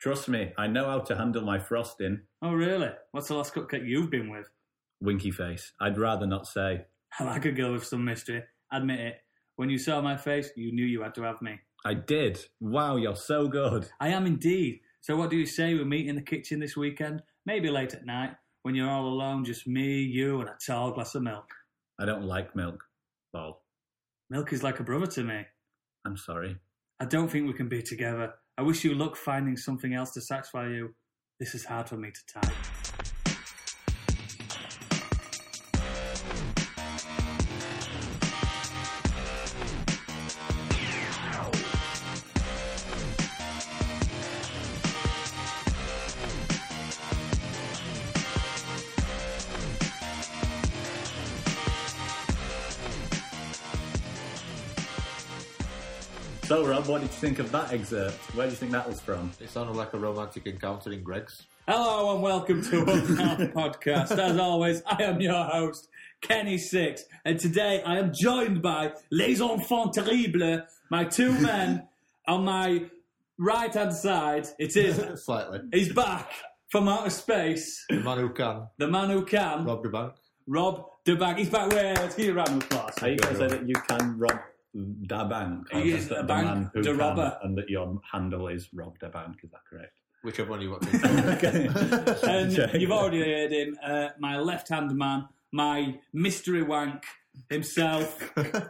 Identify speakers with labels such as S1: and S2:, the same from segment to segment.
S1: Trust me, I know how to handle my frosting.
S2: Oh, really? What's the last cupcake you've been with?
S1: Winky face. I'd rather not say.
S2: I like a girl with some mystery. Admit it. When you saw my face, you knew you had to have me.
S1: I did. Wow, you're so good.
S2: I am indeed. So, what do you say we meet in the kitchen this weekend? Maybe late at night, when you're all alone, just me, you, and a tall glass of milk.
S1: I don't like milk. Lol.
S2: Milk is like a brother to me.
S1: I'm sorry.
S2: I don't think we can be together. I wish you luck finding something else to satisfy you. This is hard for me to type.
S1: So, Rob, what did you think of that excerpt? Where do you think that was from?
S3: It sounded like a romantic encounter in Greg's.
S2: Hello and welcome to Up Now Podcast. As always, I am your host, Kenny Six, and today I am joined by Les Enfants Terribles, my two men on my right hand side. It is,
S3: Slightly.
S2: he's back from outer space,
S3: The man who can
S2: the man who can, Rob,
S3: rob the bank.
S2: Rob DeBag. He's back with us. Give you a round of applause.
S1: Are you going to say that you can rob da bank?
S2: He is
S1: that
S2: a
S1: the
S2: bank,
S1: man who
S2: the
S1: can,
S2: robber.
S1: And that your handle is rob da bank, is that correct?
S3: Whichever one you want to
S1: Okay.
S2: And
S1: Check.
S2: you've already heard him, uh, my left hand man, my mystery wank himself.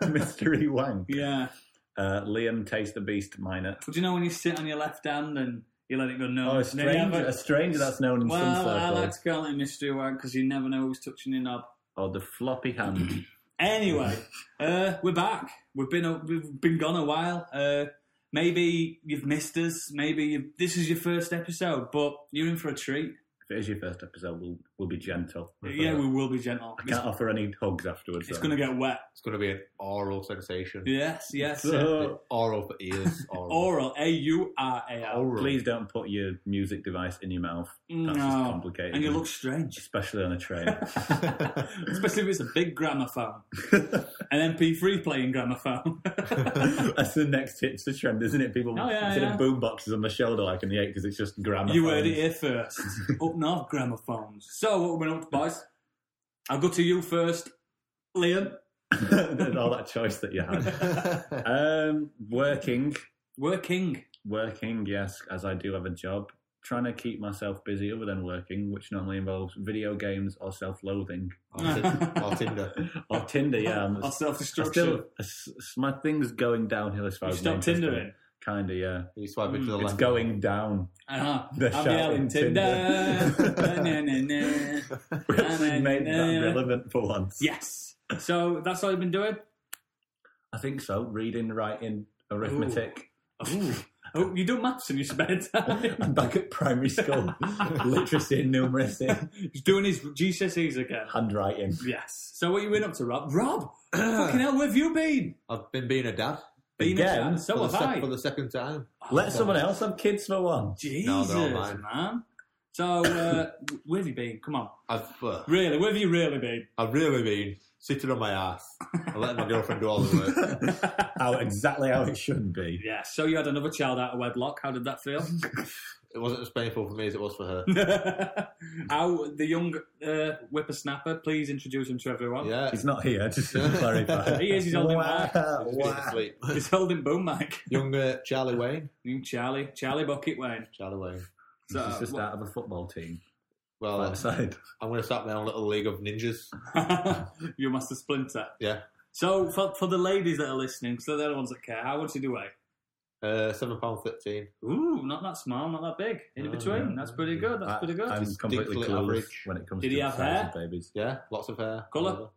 S1: Mystery Wank.
S2: Yeah.
S1: Uh, Liam Taste the Beast Minor.
S2: But do you know when you sit on your left hand and you let it go no?
S1: Oh, a
S2: And then you have
S1: stranger, a stranger that's known in some
S2: well, I
S1: circles.
S2: like to call it a mystery wank because you never know who's touching your knob.
S1: Or Oh, the floppy hand.
S2: Anyway, uh, we're back. We've been a, we've been gone a while. Uh, maybe you've missed us. Maybe you this is your first episode, but you're in for a treat.
S1: if it is your first episode, we'll, we'll be gentle. with
S2: yeah,
S1: that.
S2: we will be gentle.
S1: I can't offer any hugs afterwards.
S2: It's, it's
S1: though.
S2: going to get wet.
S3: It's going to be an oral sensation.
S2: Yes, yes.
S1: So-
S3: Oral for ears. Oral.
S2: Oral, A U R A L.
S3: Oral.
S1: Please don't put your music device in your mouth. That's just
S2: No.
S1: complicated.
S2: And you look strange.
S1: Especially on a train.
S2: Especially if it's a big gramophone. An MP3 playing gramophone.
S1: That's the next hipster trend, isn't it? People
S2: Oh, yeah,
S1: instead
S2: yeah.
S1: of boom boxes on the shoulder like in the 80s, it's just grammar.
S2: you heard it here first. up north gramophones. So, what we're up to, boys? I'll go to you first, Liam.
S1: And all that choice that you had. Um, working,
S2: Working.
S1: working, yes, as I do have a job. Trying to keep myself busy other than working, which normally involves video games or self-loathing
S3: Or Tin- or Tinder.
S1: or Tinder. Yeah, I'm-
S2: Or self
S1: I
S2: destruction.
S1: still, s- s- my thing's going downhill as far
S2: You
S1: as my
S2: stopped
S1: interest
S2: Tindering.
S1: in- Kinda, yeah.
S3: You swipe it to the
S1: It's
S3: left.
S1: going down.
S2: Uh-huh.
S1: They're
S2: I'm yelling
S1: shouting
S2: Tinder.
S1: Tinder.
S2: Na, na, na, na.
S1: We
S2: Na,
S1: actually
S2: na,
S1: made
S2: na.
S1: that relevant for once.
S2: Yes. So, that's all you've been doing?
S1: I think so. Reading, writing, arithmetic.
S2: Ooh. Oh, you do maths in your spare time.
S1: I'm back at primary school. Literacy and numeracy.
S2: He's doing his GCSEs again.
S1: Handwriting.
S2: Yes. So what you been up to, Rob? Rob, fucking hell, where have you been?
S3: I've been being a dad.
S2: Been a
S1: Again?
S2: dad,
S3: for,
S2: So
S3: the
S2: have
S3: sec-
S2: I.
S3: for the second time.
S1: Let someone else have kids for one.
S2: Oh, Jesus,
S3: No, they're all mine.
S2: man. So uh, where have you been? Come on,
S3: I've, uh,
S2: really? Where have you really been?
S3: I've really been sitting on my ass and letting my girlfriend do all the work.
S1: How exactly how it should be.
S2: Yeah. So you had another child out of wedlock. How did that feel?
S3: It wasn't as painful for me as it was for her.
S2: How the young uh, whippersnapper? Please introduce him to everyone.
S3: Yeah.
S1: He's not here, just to clarify.
S2: He is, he's holding
S1: wow,
S3: He's been
S1: wow.
S3: asleep.
S2: He's holding boom mic.
S3: Young uh, Charlie Wayne.
S2: You Charlie, Charlie Bucket Wayne.
S3: Charlie Wayne.
S2: So,
S1: He's just
S2: what-
S1: out of a football team.
S3: Well, uh,
S1: Outside.
S3: I'm going to start my own little league of ninjas.
S2: you're Master Splinter.
S3: Yeah.
S2: So for, for the ladies that are listening, so they're the ones that care. How much did you weigh?
S3: Uh, Seven pound thirteen.
S2: Ooh, not that small, not that big. In
S3: Oh,
S2: between,
S3: yeah.
S2: that's pretty good. That's
S1: I-
S2: pretty good.
S1: I'm completely
S3: Distinctly
S1: clueless
S3: average.
S1: when it comes
S2: Did
S1: to
S2: he have
S1: size of
S2: hair?
S1: babies.
S3: Yeah, lots of hair.
S2: Colour?
S3: Whatever.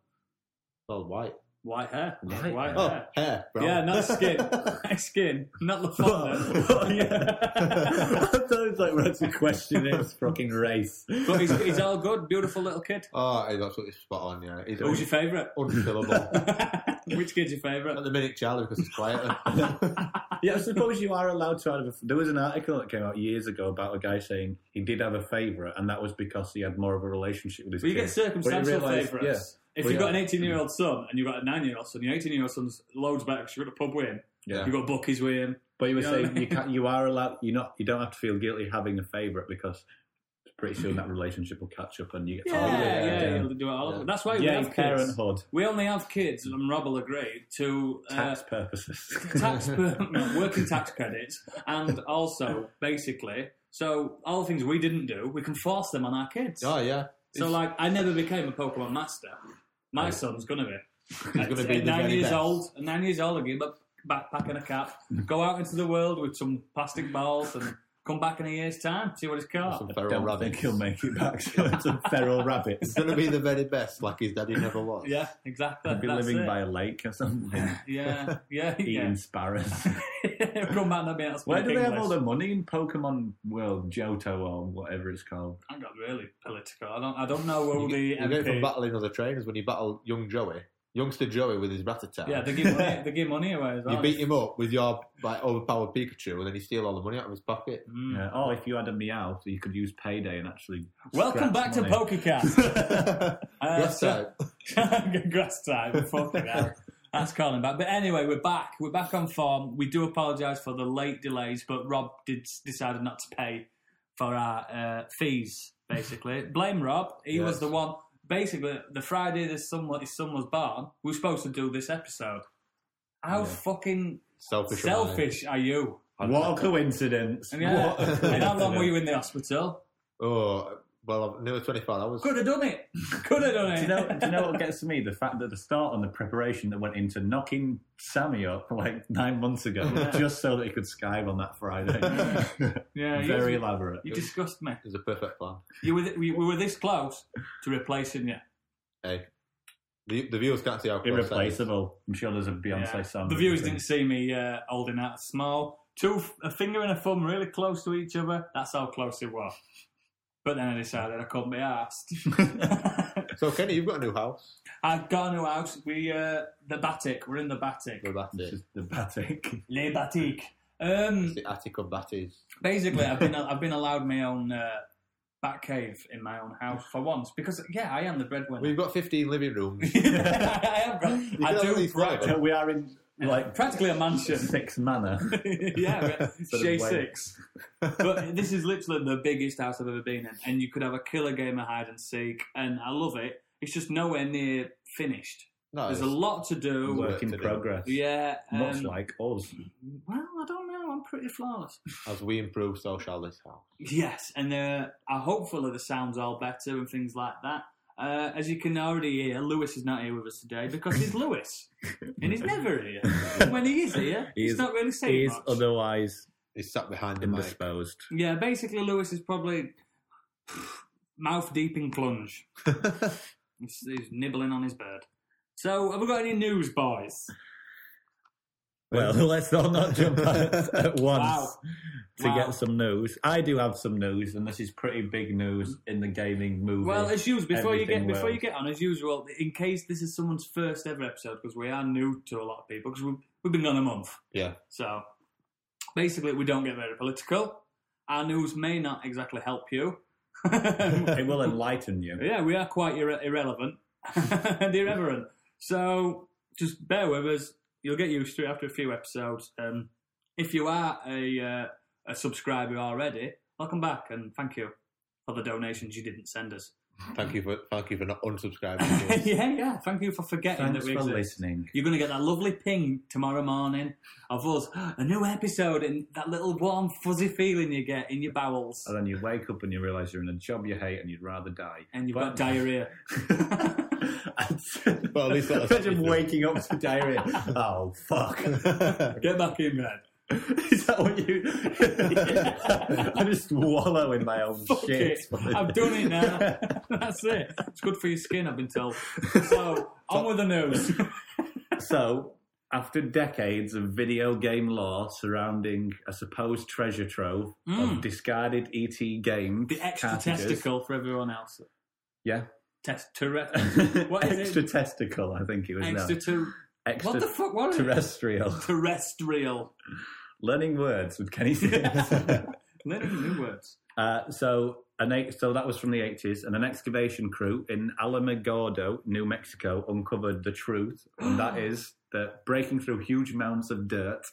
S3: Well, white.
S2: White hair.
S1: Right.
S2: White
S3: Oh,
S2: hair.
S3: hair. Brown.
S2: Yeah, not skin. Not skin. Not the father. yeah.
S1: I thought it was like we're actually questioning his fucking race.
S2: But he's, he's all good. Beautiful little kid.
S3: Oh, he's absolutely spot on. Yeah, he's
S2: Who's your favourite?
S3: unkillable.
S2: Which kid's your
S3: At
S2: favourite?
S3: the minute, Charlie, because he's quieter.
S1: Yeah, I suppose you are allowed to have a. There was an article that came out years ago about a guy saying he did have a favourite, and that was because he had more of a relationship with his.
S2: Well, you
S1: kid.
S2: get
S1: But
S2: circumstantial
S1: you realise-
S2: favourites. If
S1: Well,
S2: you've got an
S1: yeah.
S2: 18 year old son and you've got a 9 year old son, your 18 year old son's loads better because you've got a pub with him.
S1: Yeah.
S2: You've got Bucky's with him.
S1: But you were
S2: You know what
S1: saying
S2: I
S1: you can't, you are allowed. You not you don't have to feel guilty having a favourite because pretty soon that relationship will catch up and you get. to
S2: Yeah,
S1: live
S2: yeah,
S1: it
S2: yeah,
S1: again.
S2: you'll do it all.
S3: Yeah.
S2: That's why we
S1: Yay,
S2: have kids.
S1: parenthood.
S2: We only have kids, and Rob will agree, to uh,
S1: Tax purposes.
S2: tax no, working tax credits, and also basically, so all the things we didn't do, we can force them on our kids.
S3: Oh yeah.
S2: So, like, I never became a Pokemon master. My son's gonna be. At-
S3: gonna be
S2: at
S3: the
S2: nine
S3: very
S2: years
S3: best.
S2: old. At nine years old, I give up backpack and a cap, go out into the world with some plastic balls, and come back in a year's time, see what it's
S3: Some
S2: called.
S1: I
S3: feral
S1: don't
S3: rabbits.
S1: think he'll make it back to some feral rabbits.
S3: He's going to be the very best, like his daddy never was.
S2: Yeah, exactly.
S1: Be
S2: That's
S1: living
S2: it.
S1: by a lake or something,
S2: Yeah, yeah, yeah.
S1: eating sparrows.
S2: come back and be able to speak
S1: Where do they have
S2: English.
S1: all the money in Pokemon World, Johto or whatever it's called?
S2: I got really political. I don't. I don't know all
S3: You
S2: the
S3: get- you get it from
S2: MP.
S3: battling other trainers when you battle young Joey, youngster Joey with his ratata.
S2: Yeah, they give money. They give money away as well.
S3: you beat him up with your like overpowered Pikachu, and then you steal all the money out of his pocket.
S2: Mm.
S1: Yeah. Or if you had a Meowth, you could use Payday and actually.
S2: Welcome
S1: scratch
S2: back to
S1: money.
S2: PokerCast. Uh,
S3: Yes,
S2: so-
S3: sir.
S2: grass time. Fuck that. That's calling back. But anyway, we're back. We're back on form. We do apologise for the late delays, but Rob did decided not to pay for our uh, fees. Basically, blame Rob. He was
S3: Yes.
S2: the one. Basically, the Friday this son was- his son was born, we were supposed to do this episode. How
S3: Yeah.
S2: fucking
S3: selfish. am I.
S2: selfish are you?
S1: What a coincidence!
S2: And, yeah,
S1: What a
S2: and how long
S1: coincidence.
S2: were you in the hospital?
S3: Oh well, nearly twenty-four hours.
S2: Could have done it. Could have done it.
S1: do you know? Do you know what gets me? The fact that the start on the preparation that went into knocking Sammy up like nine months ago, just so that he could Skype on that Friday.
S2: yeah, you-
S1: Very elaborate.
S2: you disgust me.
S3: It was a perfect plan.
S2: You were th- we, we were this close to replacing you.
S3: Hey, the, the viewers can't see how close that is.
S1: Irreplaceable. I'm sure there's a Beyonce
S2: Yeah.
S1: song.
S2: The viewers didn't see me uh, holding out a smile. Two, f- a finger and a thumb really close to each other. That's how close it was. But then I decided I couldn't be asked.
S3: So Kenny, you've got a new house.
S2: I've got a new house. We uh, the Batik. We're in the Batik.
S3: Well, that's
S1: This
S3: it.
S1: is the Batik.
S2: Le Batik. Um,
S3: It's the attic of Batty's.
S2: basically, I've been I've been allowed my own uh, back cave in my own house for once because yeah, I am the breadwinner.
S3: We've got fifteen living rooms.
S2: I have got.
S3: can
S2: I
S3: at
S2: do
S3: least write
S2: pra-
S3: it.
S1: we are in like
S2: practically a mansion.
S1: six manor.
S2: yeah,
S1: Sort of
S2: J
S1: way.
S2: six. But this is literally the biggest house I've ever been in, and you could have a killer game of hide and seek, and I love it. It's just nowhere near finished.
S3: No,
S2: There's a
S3: it's-
S2: lot to do.
S3: Work
S1: Work in
S3: to do.
S1: progress.
S2: Yeah, um,
S1: Much like us.
S2: well, I don't know. I'm pretty flawless.
S3: as we improve, so shall this house.
S2: Yes, and uh, I hopefully the sounds all better and things like that. Uh, as you can already hear, Lewis is not here with us today because he's Lewis, and he's never here. And when he is here,
S1: He
S2: he's
S1: is-
S2: not really saying
S1: He is
S2: much.
S1: otherwise
S3: It's sat behind the mic.
S1: indisposed.
S2: Yeah, basically, Lewis is probably mouth deep in plunge. he's, he's nibbling on his bird. So, have we got any news, boys?
S1: Well, let's all not jump at, at once
S2: Wow.
S1: to
S2: Wow.
S1: get some news. I do have some news, and this is pretty big news in the gaming movie.
S2: Well, as usual, before you get
S1: Everything
S2: before
S1: will.
S2: you get on, as usual, in case this is someone's first ever episode, because we are new to a lot of people, because we've, we've been gone a month,
S3: Yeah.
S2: so basically, we don't get very political. Our news may not exactly help you.
S1: it will enlighten you.
S2: Yeah, we are quite irre- irrelevant and irreverent. So just bear with us. You'll get used to it after a few episodes. Um, if you are a, uh, a subscriber already, welcome back and thank you for the donations you didn't send us.
S3: Thank you for thank you for not unsubscribing. to us.
S2: yeah, yeah. Thank you for forgetting
S1: Thanks
S2: that we
S1: for
S2: exist.
S1: listening.
S2: You're going to get that lovely ping tomorrow morning of us, a new episode, and that little warm, fuzzy feeling you get in your bowels,
S1: And then you wake up and you realise you're in a job you hate and you'd rather die.
S2: and you've
S1: But-
S2: got diarrhea.
S1: well,
S3: at least that'll stop
S1: imagine
S3: you.
S1: waking up to diarrhea. oh fuck!
S2: Get back in bed.
S1: Is that what you? I just wallow in my own
S2: Fuck
S1: shit.
S2: it. I've done it now. That's it. It's good for your skin, I've been told. So, on with the news.
S1: So, after decades of video game lore surrounding a supposed treasure trove
S2: Mm.
S1: of discarded ET games,
S2: The extra
S1: cartridges-
S2: testicle for everyone else.
S1: yeah,
S2: Test Tourette. What is it?
S1: extra testicle, I think it was
S2: Extra
S1: now.
S2: ter-
S1: Extra
S2: What the fuck? What is it?
S1: terrestrial.
S2: Terrestrial.
S1: Learning words with Kenny. Six.
S2: Learning new words.
S1: Uh, so an eight, so that was from the 80s, and an excavation crew in Alamogordo, New Mexico, uncovered the truth, and that is that breaking through huge mounds of dirt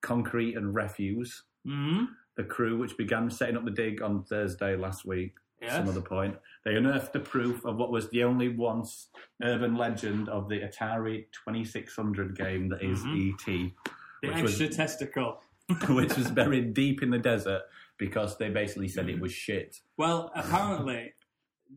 S1: concrete and refuse.
S2: Mm-hmm.
S1: The crew, which began setting up the dig on Thursday last week, some
S2: Yes.
S1: other point, they unearthed the proof of what was the only once urban legend of the Atari 2600 game that is ET.
S2: The
S1: which was-
S2: extra testicle.
S1: which was buried deep in the desert because they basically said it was shit.
S2: Well, apparently,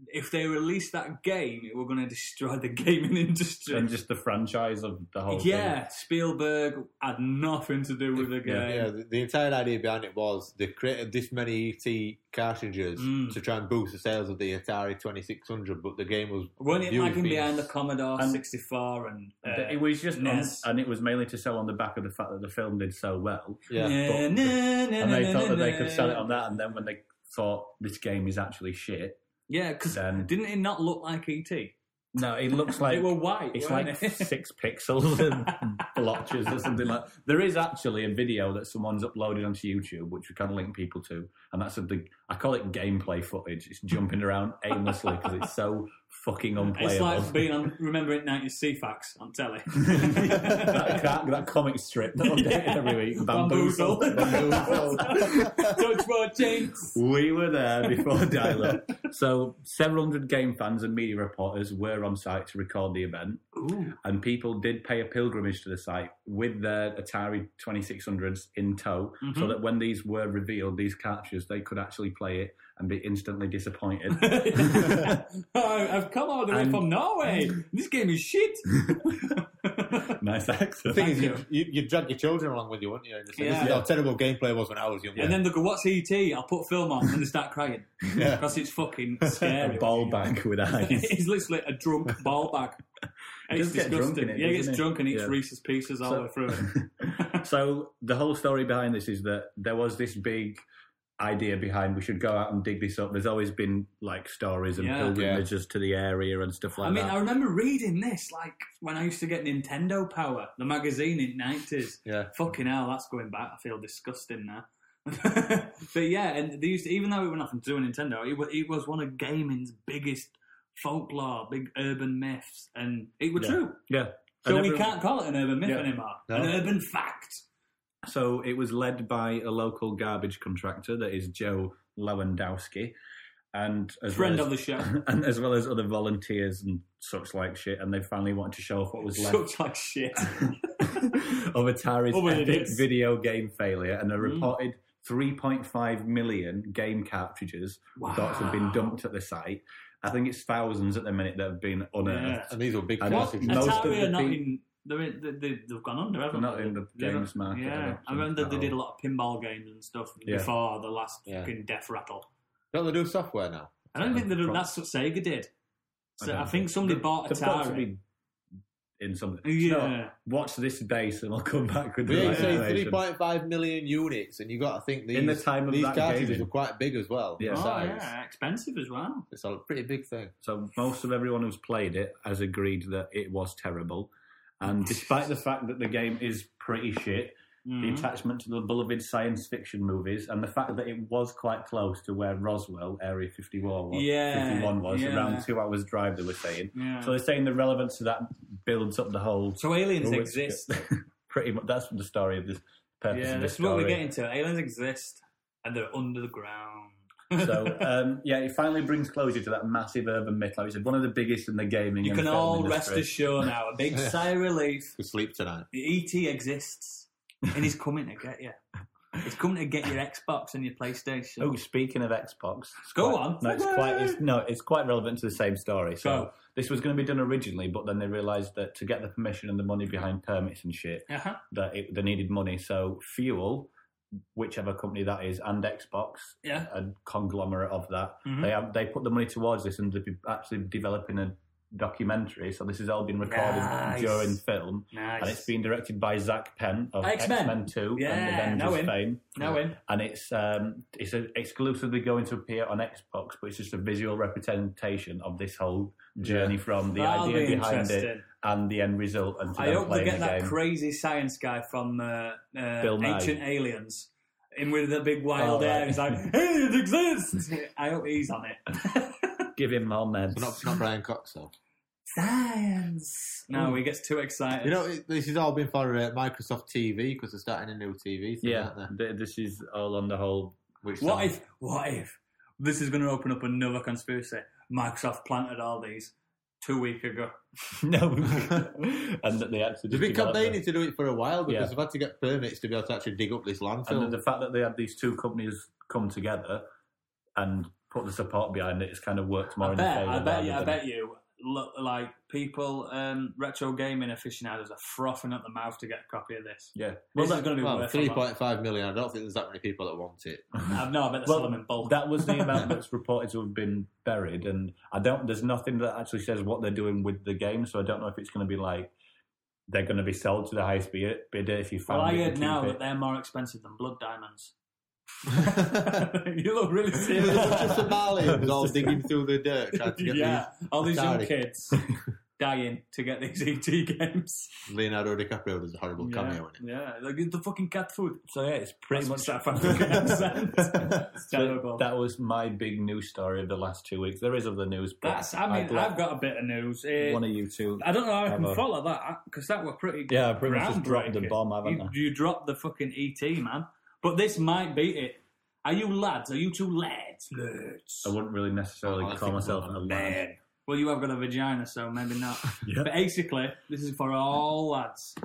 S2: if they release that game, it were going to destroy the gaming industry.
S1: And just the franchise of the whole
S2: yeah, Spielberg had nothing to do with the game.
S1: Yeah,
S3: Yeah, the, the entire idea behind it was they created this many ET cartridges
S2: Mm.
S3: to try and boost the sales of the Atari 2600, but the game was
S2: Wasn't it
S3: viewed
S2: like in
S3: being-
S2: behind the Commodore
S1: And-
S2: 64 and
S1: thing.
S2: uh,
S1: it was just, on,
S2: Ness.
S1: and it was mainly to sell on the back of the fact that the film did so well,
S3: Yeah,
S1: but- and they thought that they could sell it
S2: on.
S1: on that. And then when they thought this game is actually shit,
S2: Yeah, because
S1: Then-
S2: didn't it not look like ET?
S1: no, it looks like
S2: it were white.
S1: it's
S2: weren't
S1: like
S2: it?
S1: six pixels and blotches or something like. There is actually a video that someone's uploaded onto YouTube, which we kind of link people to, and that's of the I call it gameplay footage. It's jumping around aimlessly because it's so fucking unplayable.
S2: it's like being on remembering 90s CFAX on telly.
S1: that, that, that comic strip that updated
S2: Yeah.
S1: every week, Bamboozle.
S2: Touch more jinx.
S1: we were there before dial-up. So several hundred game fans and media reporters were on site to record the event,
S2: Ooh.
S1: and people did pay a pilgrimage to the site with their Atari 2600s in tow, so
S2: Mhm.
S1: that when these were revealed, these captures, they could actually play it and be instantly disappointed.
S2: I- I've come all the way
S1: And-
S2: from Norway. This game is shit.
S1: nice accent.
S3: The thing is,
S2: Thank
S3: you, you, you'd drag your children along with you, wouldn't you? And say, This is
S2: Yeah.
S3: how terrible gameplay was when I was younger.
S2: And then they go, "What's ET?" I'll put film on, and they start crying
S3: Yeah.
S2: because it's fucking
S1: A
S2: scary.
S1: ball bag with eyes.
S2: It's literally a drunk ball bag.
S1: It
S2: It's
S1: does get
S2: disgusting.
S1: drunk in it,
S2: yeah, he gets
S1: doesn't it?
S2: drunk and eats
S1: Yeah.
S2: Reese's Pieces all the
S1: So-
S2: way through it.
S1: so the whole story behind this is that there was this big idea behind we should go out and dig this up. There's always been like stories and
S2: Yeah.
S1: pilgrimages to the area and stuff like
S2: I mean,
S1: that.
S2: I remember reading this like when I used to get Nintendo Power, the magazine in nineties.
S3: Yeah.
S2: Fucking hell, that's going back. I feel disgusting now. but yeah, and they used to, even though it was nothing to do with Nintendo, it was, it was one of gaming's biggest folklore, big urban myths, and it was
S1: Yeah.
S2: true.
S1: yeah. And
S2: So we
S1: everyone-
S2: can't call it an urban myth
S1: Yeah.
S2: anymore.
S3: No.
S2: An urban fact.
S1: So it was led by a local garbage contractor that is Joe Lewandowski, and as
S2: Friend
S1: well
S2: of
S1: as,
S2: the show.
S1: and as well as other volunteers and such like shit. And they finally wanted to show off what was left
S2: Such like shit.
S1: of Atari's
S2: Oh, it
S1: epic
S2: is.
S1: video game failure, and a
S2: Mm.
S1: reported 3.5 million game cartridges thought had
S2: Ah.
S1: been dumped at the site. I think it's thousands at the minute that have been unearthed.
S3: And these were big
S1: And
S2: What?
S1: most of
S3: cartridges.
S1: the
S2: Atari are not
S1: peop-
S2: in. They're in they, they, they've gone under,
S1: They're
S2: haven't
S1: not
S2: they?
S1: in the
S2: They're
S1: games market. I
S2: Yeah,
S1: don't
S2: I remember
S1: think,
S2: they
S1: at
S2: did a
S1: all.
S2: lot of pinball games and stuff
S1: Yeah.
S2: before the last
S3: Yeah.
S2: fucking death rattle.
S3: Don't they do software now?
S2: I don't
S1: Yeah,
S2: think they
S1: prob-
S2: that's what Sega did. So I,
S1: don't
S2: think somebody
S1: They're-
S2: bought
S1: they're thought to
S2: Atari. Oh,
S1: be in something. Do you know what?
S2: Yeah,
S1: watch this base, and I'll come back with
S3: But
S1: the
S3: yeah, you
S1: right
S3: say
S1: information.
S3: 3.5 million units, and you got to think these,
S1: In the time of
S3: these
S1: that
S3: cartridges
S1: gaming.
S3: were quite big as well.
S1: Yeah.
S3: in
S2: oh
S3: size.
S2: yeah, expensive as well.
S3: It's a pretty big thing.
S1: So most of everyone who's played it has agreed that it was terrible. And despite the fact that the game is pretty shit, the
S2: Mhm.
S1: attachment to the beloved science fiction movies and the fact that it was quite close to where Roswell Area 51 was,
S2: Yeah,
S1: 51 was
S2: yeah.
S1: around two hours drive they were saying.
S2: Yeah.
S1: So
S2: So,
S1: they're saying the relevance of that builds up the whole
S2: aliens
S1: Oh, it's-
S2: exist.
S1: pretty much that's the story of this purpose
S2: Yeah,
S1: of
S2: this
S1: this
S2: is what
S1: story.
S2: we're getting to. Aliens exist, and they're under the ground.
S1: so um, yeah, it finally brings closure to that massive urban myth. Like we said, one of the biggest in the gaming.
S2: you
S1: and
S2: can
S1: film
S2: all rest
S1: industry.
S2: assured now. A big sigh of relief.
S3: Could sleep tonight.
S2: ET E exists, and he's coming to get you. He's coming to get your Xbox and your PlayStation.
S1: Oh, speaking of Xbox, it's
S2: Go
S1: quite-
S2: on.
S1: No, it's quite it's, no, it's quite relevant to the same story. So
S2: Go.
S1: this was going to be done originally, but then they realised that to get the permission and the money behind permits and shit,
S2: Uh-huh.
S1: that it, they needed money. So Fuel, whichever company that is, and Xbox,
S2: Yeah.
S1: a conglomerate of that,
S2: Mhm.
S1: they have, they put the money towards this, and they've been actually developing a documentary. So this has all been recorded
S2: Nice.
S1: during film.
S2: Nice.
S1: And it's been directed by Zach Penn of
S2: X-Men.
S1: X-Men 2
S2: Yeah,
S1: and
S2: know him.
S1: Avengers fame
S2: now in.
S1: and it's um, it's uh exclusively going to appear on Xbox, but it's just a visual representation of this whole journey from the
S2: That'll
S1: idea
S2: be
S1: behind
S2: interesting.
S1: it and the end result. And to
S2: I
S1: them
S2: hope they
S1: playing
S2: get
S1: the
S2: that
S1: game.
S2: crazy science guy from uh, uh,
S1: Bill Nye.
S2: Ancient Aliens. In with the big wild
S1: Oh, right.
S2: air, he's like, "Hey, it exists!" I hope he's on it.
S1: Give him more meds.
S3: But not, not Brian Cox, though.
S1: Science.
S2: No, he gets too excited.
S3: You know, it- this has all been for uh, Microsoft TV because they're starting a new TV. Thing,
S1: Yeah,
S3: aren't they?
S1: th- this is all on the whole.
S3: Which
S2: what
S3: sounds-
S2: if? What if? This is going to open up another conspiracy. Microsoft planted all these two week ago.
S1: no, and that they actually just
S3: They've been
S1: developed them.
S3: campaigning to do it for a while because
S1: Yeah.
S3: they've had to get permits to be able to actually dig up this
S1: And
S3: landfill.
S1: then the fact that they had these two companies come together and put the support behind it, it's kind of worked more
S2: I
S1: in the
S2: bet,
S1: favour.
S2: I bet
S1: rather
S2: you, I
S1: than-
S2: bet you, look, like people, um, retro gaming aficionados are frothing at the mouth to get a copy of this.
S1: Yeah. Well,
S2: Well, this is
S1: that,
S2: going to be
S3: well,
S2: worth
S3: three
S2: a lot.
S3: point five million. I don't think there's that many people that want it.
S2: I've no, I bet they
S1: Well,
S2: sell them in bulk.
S1: that was the amount that's reported to have been buried, and I don't. There's nothing that actually says what they're doing with the game, so I don't know if it's going to be like they're going to be sold to the highest bid- bidder if you found
S2: well, I
S1: it.
S2: heard
S1: and
S2: now
S1: keep
S2: that
S1: it.
S2: they're more expensive than blood diamonds.
S3: It
S2: you look really
S3: was
S2: serious.
S3: just the Marlins all digging through the dirt trying to get
S2: yeah, all these young
S3: Atari.
S2: kids dying to get these ET games.
S3: these. Leonardo DiCaprio does a horrible cameo in it.
S2: yeah, like it's the fucking cat food.
S1: So yeah, it's pretty
S2: That's
S1: much
S2: my South African accent. It's
S1: So
S2: terrible.
S1: That was my big news story of the last two weeks. There is other news, but
S2: That's. I mean,
S1: I'd like
S2: I've got a bit of news. Eh,
S1: one of you two.
S2: I don't know how I
S1: Have
S2: can
S1: a-
S2: follow that because that were pretty.
S1: Yeah, I pretty much just dropped the
S2: groundbreaking.
S1: bomb, haven't
S2: you,
S1: I?
S2: you dropped the fucking ET, man. But this might beat it. Are you lads? Are you two lads? Lads.
S1: I wouldn't really necessarily
S3: Oh, I
S1: call
S3: think
S1: myself
S3: I'm
S1: a
S3: a
S1: lad.
S2: Well, you have got a vagina, so maybe not.
S1: Yeah.
S2: But basically, this is for all lads.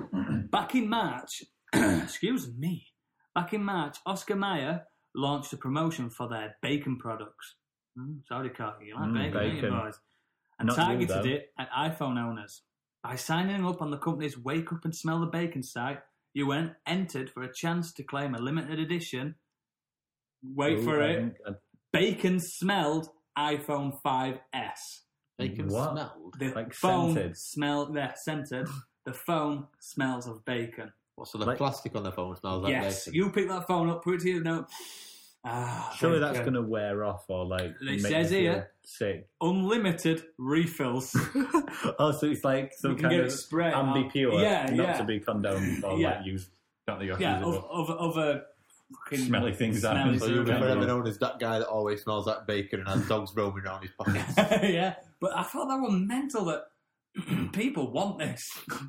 S2: Back in March, excuse me, back in March, Oscar Mayer launched a promotion for their bacon products. Mm, sorry, Carter, you like
S1: Mm,
S2: bacon, don't you,
S1: bacon.
S2: boys? And
S1: Not you,
S2: targeted
S1: though.
S2: it at iPhone owners. By signing up on the company's Wake Up and Smell the Bacon site, you were entered for a chance to claim a limited edition. Wait
S1: Ooh,
S2: for
S1: I
S2: it.
S1: think- uh, I-
S2: Bacon smelled iPhone 5S.
S3: They can
S1: What?
S3: smell.
S2: The
S1: Like
S2: phone
S1: scented.
S2: smell they're scented. The phone smells of bacon.
S3: What sort of
S1: Like-
S3: plastic on their phone smells like
S2: yes,
S3: bacon?
S2: you pick that phone up, put it to your nose. Ah,
S1: Surely that's
S2: bacon.
S1: going to wear off or like.
S2: It
S1: make
S2: says
S1: you feel
S2: here-
S1: Sick.
S2: unlimited refills.
S1: oh, so it's like some
S2: you can
S1: kind
S2: get
S1: of
S2: it sprayed.
S1: ambipure,
S2: Yeah,
S1: not
S2: yeah.
S1: to be condoned or
S2: Yeah.
S1: like use. Not that you have to
S2: yeah,
S1: use it,
S2: of, of, of a fucking
S1: Smelly things that
S2: smelly
S1: happen.
S3: So you'll be
S2: thing.
S1: Yeah.
S3: forever known as that guy that always smells like bacon and has dogs roaming around his pockets.
S2: yeah, but I thought that was mental that people want this.
S1: but-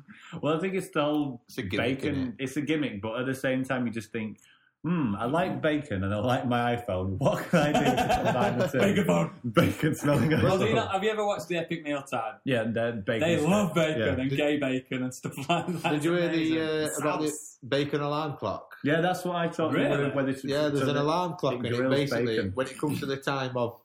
S1: Well, I think it's the whole
S3: It's a gimmick,
S1: bacon. It's a gimmick, but at the same time, you just think, hmm, I like bacon and I like my iPhone. What can I do to combine the two?
S2: Bacon phone.
S1: Bacon smelling
S2: Well, do
S1: iPhone.
S2: you know, have you ever watched the Epic Meal Time?
S1: yeah, and they're bacon.
S2: They
S1: stuff.
S2: love bacon
S1: Yeah.
S2: and gay bacon and stuff like that.
S3: Did you hear the,
S2: It's
S3: uh, about the
S2: abs-
S3: bacon alarm clock?
S1: Yeah, that's what I thought.
S2: Really?
S1: Whether it's-
S3: Yeah, there's
S1: so
S3: an
S1: they-
S3: alarm clock, and it
S1: grills
S3: basically,
S1: bacon.
S3: when it comes to the time of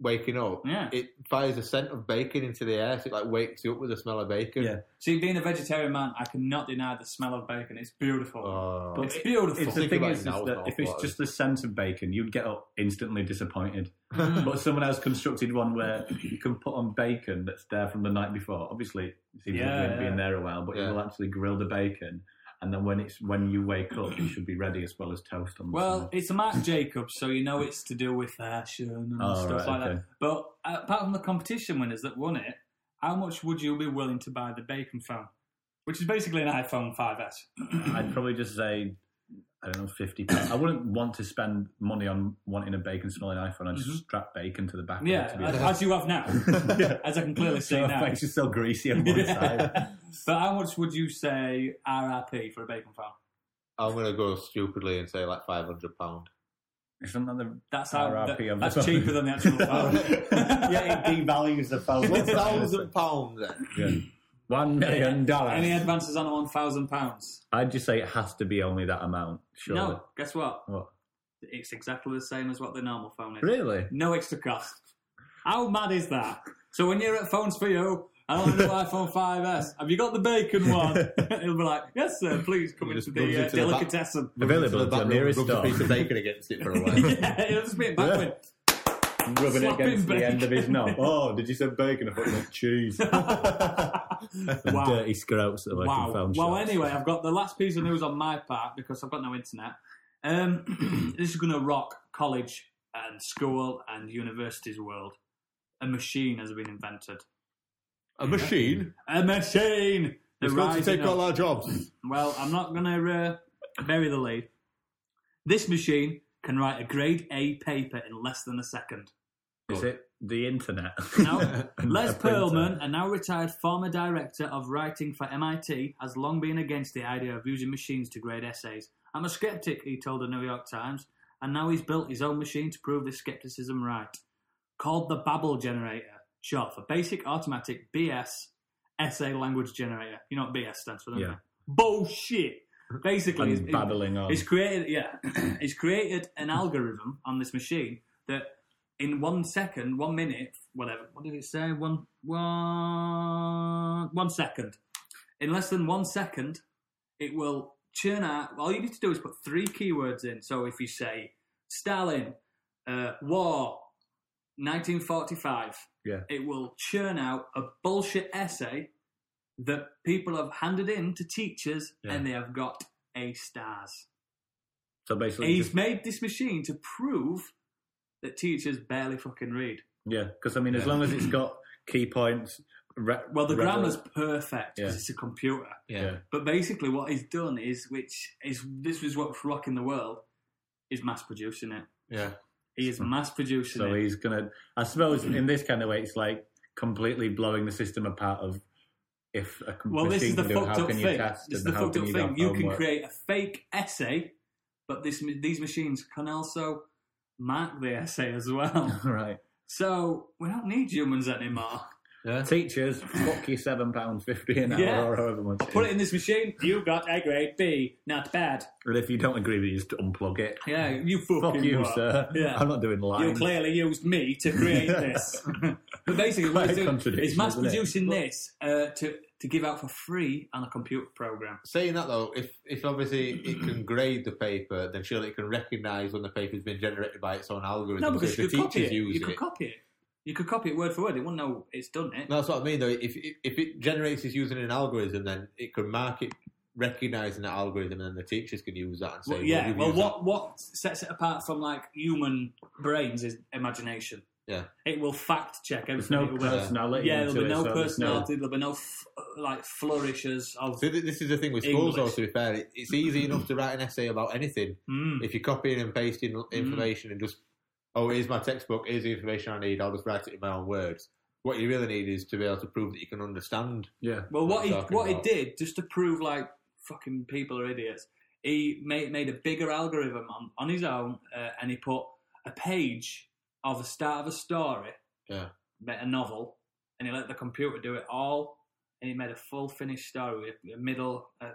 S3: waking up,
S2: Yeah.
S3: it fires a scent of bacon into the air, so it like wakes you up with the smell of bacon.
S1: Yeah.
S2: See, being a vegetarian man, I cannot deny the smell of bacon. It's beautiful.
S3: Oh.
S1: But
S2: it's beautiful.
S1: It's the
S3: Think
S1: thing
S3: about
S1: is,
S3: it
S1: is
S3: now, it's
S1: that
S3: not
S1: if it's
S3: what
S1: just the scent of bacon, you'd get up instantly disappointed.
S2: Mm.
S1: but someone has constructed one where you can put on bacon that's there from the night before. Obviously, it seems
S2: Yeah,
S1: like you've
S2: yeah.
S1: been there a while, but
S3: Yeah.
S1: you will actually grill the bacon, and then when it's when you wake up, you should be ready as well as toast on. the
S2: well,
S1: side.
S2: it's a Marc Jacobs, so you know it's to do with fashion and
S1: Oh, right,
S2: stuff like
S1: okay.
S2: that. But uh, apart from the competition winners that won it, how much would you be willing to buy the bacon phone? Which is basically an iPhone 5S.
S1: I'd probably just say. I don't know, fifty. Pounds. I wouldn't want to spend money on wanting a bacon-smelling iPhone. I'd just
S2: Mhm.
S1: strap bacon to the back. of
S2: yeah,
S1: it, to be
S2: as,
S1: honest.
S2: as you have now,
S1: yeah.
S2: as I can clearly see
S1: so it
S2: now.
S1: makes you so greasy on one side.
S2: But how much would you say RRP for a bacon phone?
S3: I'm gonna go stupidly and say like five hundred pound.
S1: Isn't that the
S2: That's how.
S1: RRP on the
S2: that's
S1: phone.
S2: cheaper than the actual phone.
S1: yeah, it devalues the phone.
S3: One thousand pound then.
S1: One million
S2: Any
S1: dollars.
S2: advances on one thousand pounds?
S1: I'd just say it has to be only that amount. Surely.
S2: No, guess what?
S1: What?
S2: It's exactly the same as what the normal phone is.
S1: Really?
S2: No extra cost. How mad is that? So when you're at Phones for You, I want the new iPhone 5S. Have you got the bacon one? He'll be like, yes, sir, please come
S3: He
S2: into
S3: just
S2: the,
S3: runs
S2: uh,
S3: into the back-
S2: delicatessen.
S1: Available
S3: Into
S1: at
S3: the
S1: your
S3: back room,
S1: nearest
S3: rubs a
S1: store.
S3: piece of bacon against it for a while.
S2: yeah, it'll just be backward.
S1: Rubbing it
S2: Slapping
S1: against the
S2: bacon.
S1: end of his knob. Oh, did you say bacon? I thought you meant cheese.
S2: Wow.
S1: Dirty scrouts that work in
S2: Wow.
S1: phone
S2: Well,
S1: shops.
S2: anyway, I've got the last piece of news on my part because I've got no internet. Um, this is going to rock college and school and universities world. A machine has been invented.
S3: A machine.
S2: A machine. The rising of-
S3: our jobs.
S2: Well, I'm not going to uh, bury the lead. This machine can write a grade A paper in less than a second.
S1: Is it the internet?
S2: Now,
S1: And
S2: Les
S1: a printer.
S2: Perlman, a now retired former director of writing for MIT, has long been against the idea of using machines to grade essays. I'm a skeptic, he told the New York Times, and now he's built his own machine to prove this skepticism right. Called the Babel Generator, short for Basic Automatic BS Essay Language Generator. You know what BS stands for, don't
S1: Yeah.
S2: you? Bullshit! Basically,
S1: And
S2: it's-
S1: babbling on.
S2: it's created, yeah. it's created an algorithm on this machine that in one second, one minute, whatever. What did it say? One, one, one second. In less than one second, it will churn out. All you need to do is put three keywords in. So if you say Stalin, uh, war, 1945,
S1: Yeah.
S2: it will churn out a bullshit essay that people have handed in to teachers
S1: Yeah.
S2: and they have got A stars.
S1: So basically,
S2: He's
S1: just-
S2: made this machine to prove that teachers barely fucking read.
S1: yeah, because I mean, as
S3: Yeah.
S1: long as it's got key points. Re-
S2: Well, the
S1: rebel-
S2: grammar's perfect because
S1: Yeah.
S2: it's a computer.
S1: Yeah.
S2: But basically, what he's done is, which is this is what's rocking the world, is mass producing it.
S3: yeah.
S2: He is mass producing
S1: So
S2: it.
S1: he's gonna. I suppose in this kind of way, it's like completely blowing the system apart. Of if a com-
S2: Well,
S1: machine
S2: this is the
S1: can do, it,
S2: fucked
S1: how
S2: up
S1: can you
S2: thing.
S1: test
S2: This is
S1: and
S2: the
S1: how
S2: fucked
S1: can
S2: up
S1: you do
S2: thing. You can
S1: homework?
S2: create a fake essay, but this these machines can also mark the essay as well.
S1: right.
S2: so we don't need humans anymore.
S3: Yeah.
S1: Teachers, fuck you, seven pounds fifty an hour
S2: Yeah.
S1: or however much. it
S2: Put
S1: is.
S2: it in this machine. You got A grade B. Not bad.
S1: And if you don't agree with it, you just unplug it.
S2: Yeah, you fucking
S1: Fuck you,
S2: what?
S1: sir.
S2: Yeah.
S1: I'm not doing
S2: You
S1: lines.
S2: clearly used me to create this. but basically, what
S1: Quite
S2: it's
S1: a
S2: doing
S1: contradiction,
S2: is mass
S1: isn't it?
S2: producing this uh, to, to give out for free on a computer program.
S3: Saying that though, if if obviously it can grade the paper, then surely it can recognise when the paper's been generated by its own algorithm.
S2: No,
S3: So
S2: because
S3: if
S2: you
S3: the
S2: could copy
S3: teachers
S2: it.
S3: use
S2: You could copy it. You could copy it word for word. It wouldn't know it's done it.
S3: No, that's what I mean though. If if if it generates is using an algorithm, then it can mark it recognising that algorithm, and then the teachers can use that and say,
S2: Well, yeah.
S3: you've
S2: Well,
S3: used
S2: what what sets it apart from like human brains is imagination.
S3: Yeah.
S2: It will fact check
S1: There's
S2: everything.
S1: no
S2: It will-
S1: personality.
S2: yeah, there'll
S1: into
S2: be
S1: it,
S2: no
S1: so there's
S2: personality. There'll be no f- like flourishes of.
S3: that." So th- this is the thing with schools, though.
S2: English.
S3: To be fair, It- it's easy enough to write an essay about anything
S2: Mm.
S3: if you're copying and pasting
S2: Hmm.
S3: information and just, oh, here's my textbook, here's the information I need. I'll just write it in my own words. What you really need is to be able to prove that you can understand.
S1: Yeah.
S2: Well, what he
S3: What I'm
S2: what he
S3: talking
S2: did just to prove like fucking people are idiots. He made made a bigger algorithm on, on his own, uh, and he put a page of the start of a story,
S3: Yeah.
S2: ma- a novel, and he let the computer do it all, and he made a full finished story with a middle, a,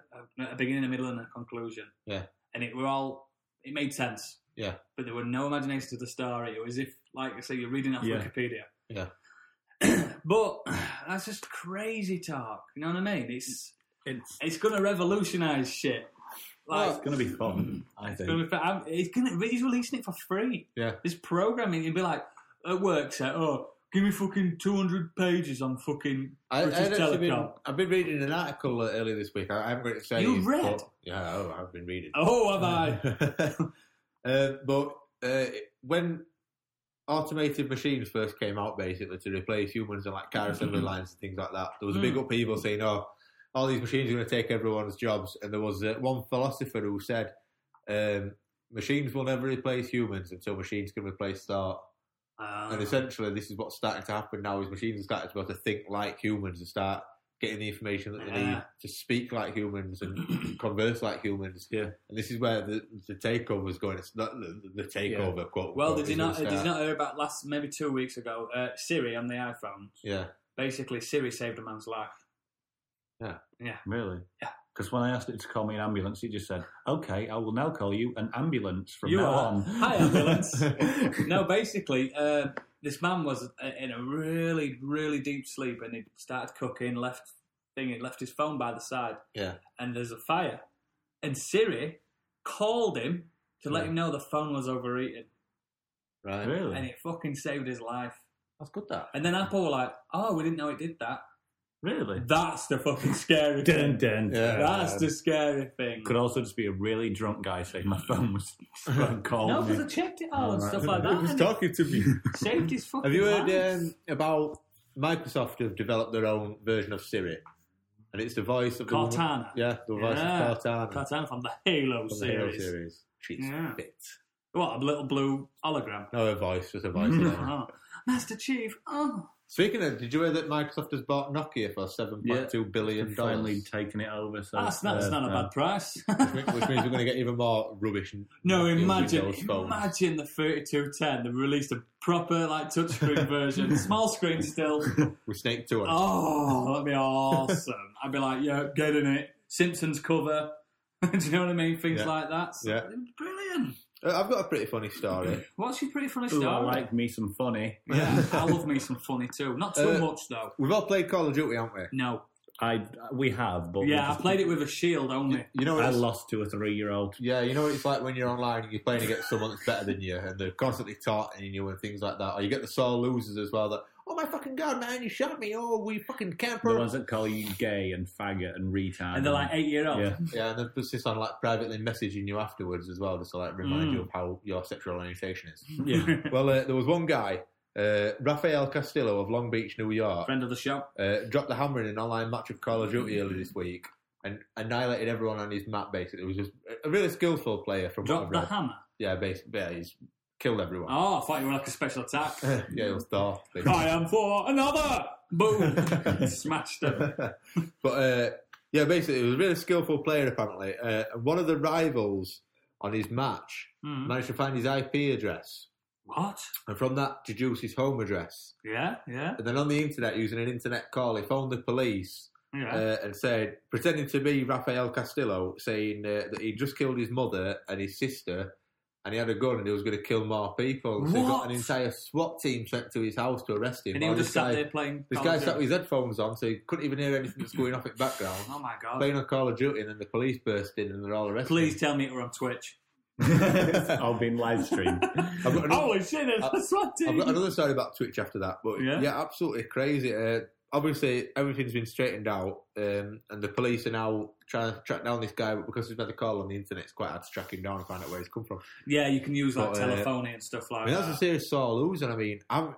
S2: a, a beginning, a middle, and a conclusion.
S3: Yeah.
S2: and it were all it made sense.
S3: Yeah.
S2: but there were no imagination to the story. It was if, like I say, you're reading off
S1: Yeah.
S2: Wikipedia.
S3: Yeah.
S2: but that's just crazy talk. You know what I mean? It's
S1: It's,
S2: it's going to revolutionise shit. Like,
S1: it's going to be fun, I
S2: it's
S1: think.
S2: gonna be, I'm, it's gonna, he's releasing it for free.
S3: Yeah.
S2: This programming, he'd be like, at work, say, oh, give me fucking 200 pages on fucking
S3: I, I
S2: British
S3: had actually been,
S2: Telecom.
S3: I've been reading an article earlier this week. I, I haven't got it saved.
S2: You read?
S3: but- yeah, oh, I've been reading.
S2: Oh,
S3: Um,
S2: have I?
S3: Uh, but uh, when automated machines first came out, basically to replace humans and like car
S2: Mm-hmm.
S3: assembly lines and things like that, there was
S2: Mm.
S3: a big upheaval saying, "Oh, all these machines are going to take everyone's jobs." And there was uh, one philosopher who said, um, "Machines will never replace humans until machines can replace thought." And
S2: Uh,
S3: essentially, this is what's starting to happen now: is machines are starting to be able to think like humans and start getting the information that they need
S2: Yeah.
S3: to speak like humans and converse like humans.
S1: Yeah.
S3: and this is where the, the takeover is going. It's not the, the takeover, quote.
S2: well,
S3: unquote,
S2: did you
S3: is
S2: not,
S3: gonna
S2: did you
S3: start.
S2: not hear about last, maybe two weeks ago, uh, Siri on the iPhone?
S3: Yeah,
S2: Basically, Siri saved a man's life.
S1: Really?
S2: Yeah.
S1: Because when I asked it to call me an ambulance, it just said, "Okay, I will now call you an ambulance from
S2: You
S1: now
S2: are.
S1: on."
S2: Hi, ambulance. no, basically, uh, this man was uh, in a really, really deep sleep, and he started cooking. Left thing, he left his phone by the side.
S3: Yeah.
S2: And there's a fire, and Siri called him to let
S3: Yeah. Hmm.
S2: him know the phone was overheated,
S3: right.
S2: and
S1: really?
S2: it fucking saved his life.
S3: That's good. That
S2: And then Apple were like, "Oh, we didn't know it did that."
S1: Really?
S2: That's the fucking scary
S1: Dun, dun,
S2: thing.
S3: Yeah.
S1: dun.
S2: That's the scary thing.
S1: Could also just be a really drunk guy saying my phone was called
S2: No, because I
S1: me.
S2: checked it all and
S1: Alright.
S2: stuff like that.
S3: Who's
S2: and it
S3: talking to me?
S2: saved his fucking
S3: Have you heard
S2: life.
S3: um, about Microsoft have developed their own version of Siri, and it's the voice of the woman-
S2: Cortana?
S3: yeah, the voice
S2: Yeah.
S3: of Cortana.
S2: Cortana from the Halo
S3: from the
S2: series.
S3: Halo series. She's
S2: Yeah.
S3: fit.
S2: What a little blue hologram.
S3: No, a voice, just a voice. yeah.
S2: Oh. Master Chief. Oh,
S3: Speaking of, did you hear that Microsoft has bought Nokia for seven
S1: Yeah.
S3: point two billion
S1: They've finally
S3: dollars?
S1: taken it over. So
S2: that's not, that's
S1: uh,
S2: not a
S1: uh,
S2: bad price.
S3: Which means we're going to get even more rubbish.
S2: No,
S3: Nokia
S2: imagine,
S3: Windows phones.
S2: imagine the 3210. They released a proper like touchscreen version, small screen still.
S3: We snake two. on.
S2: Oh, that'd be awesome. I'd be like, yeah, get in it. Simpsons cover. Do you know what I mean? Things
S3: Yeah.
S2: like that. So,
S3: Yeah.
S2: Brilliant.
S3: Uh, I've got a pretty funny story.
S2: What's your pretty funny
S1: Ooh,
S2: story?
S1: I like me some funny.
S2: yeah, I love me some funny too. Not too
S3: Uh,
S2: much though.
S3: We've all played Call of Duty, haven't we?
S2: No.
S1: I we have, but we
S2: Yeah, I
S1: just-
S2: played it with a shield only.
S3: You know what?
S1: I
S3: it's-
S1: lost to a three-year-old.
S3: Yeah, you know what it's like when you're online and you're playing against someone that's better than you, and they're constantly tarting you and things like that. Or you get the sore losers as well that, oh my fucking god, man, you shot me, oh we fucking
S1: The
S3: camper.
S1: ones that call you gay and faggot and retard.
S2: And they're like eight year old.
S1: yeah.
S3: Yeah, and then persist on like privately messaging you afterwards as well, just to like remind
S2: Mm.
S3: you of how your sexual orientation is.
S1: yeah.
S3: well, uh, there was one guy, uh, Rafael Castillo of Long Beach, New York,
S2: Friend of the show.
S3: uh, dropped the hammer in an online match of Call of
S2: Hmm.
S3: Duty earlier this week and annihilated everyone on his map. Basically, it was just a really skillful player from
S2: Drop
S3: what
S2: the
S3: I've read.
S2: hammer.
S3: yeah, basically, yeah, he's killed everyone.
S2: Oh, I thought you were like a special attack.
S3: yeah, it was Thor.
S2: I am for another. Boom. Smashed them.
S3: but uh, yeah, basically, he was a really skillful player. Apparently, uh, and one of the rivals on his match
S2: Hmm.
S3: managed to find his IP address,
S2: What?
S3: and from that deduce his home address.
S2: Yeah, yeah,
S3: And then on the internet, using an internet call, he phoned the police
S2: yeah.
S3: uh, and said, pretending to be Rafael Castillo, saying uh, that he just killed his mother and his sister. And he had a gun and he was going to kill more people. So he got
S2: What?
S3: an entire SWAT team sent to his house to arrest him.
S2: and he
S3: while
S2: was just
S3: this
S2: sat
S3: guy-
S2: there playing.
S3: This
S2: Call
S3: guy
S2: of
S3: sat
S2: Duty.
S3: with his headphones on, so he couldn't even hear anything that's going off in the background.
S2: Oh my god!
S3: Playing on Call of Duty, and then the police burst in, and they're all arrested.
S2: Please tell me it were on Twitch.
S1: I'll be in live stream.
S3: I've got, another,
S2: Holy shit! It's
S3: I-
S2: a SWAT
S3: I've
S2: team.
S3: got another story about Twitch after that, but
S2: Yeah.
S3: yeah, absolutely crazy. Uh, obviously, everything's been straightened out, um, and the police are now trying to track down this guy, but because he's made a call on the internet, it's quite hard to track him down and find out where he's come from.
S2: Yeah, you can use like
S3: But, uh,
S2: telephony and stuff
S3: I
S2: like
S3: mean, that's a
S2: that.
S3: serious sore loser. I mean, I'm,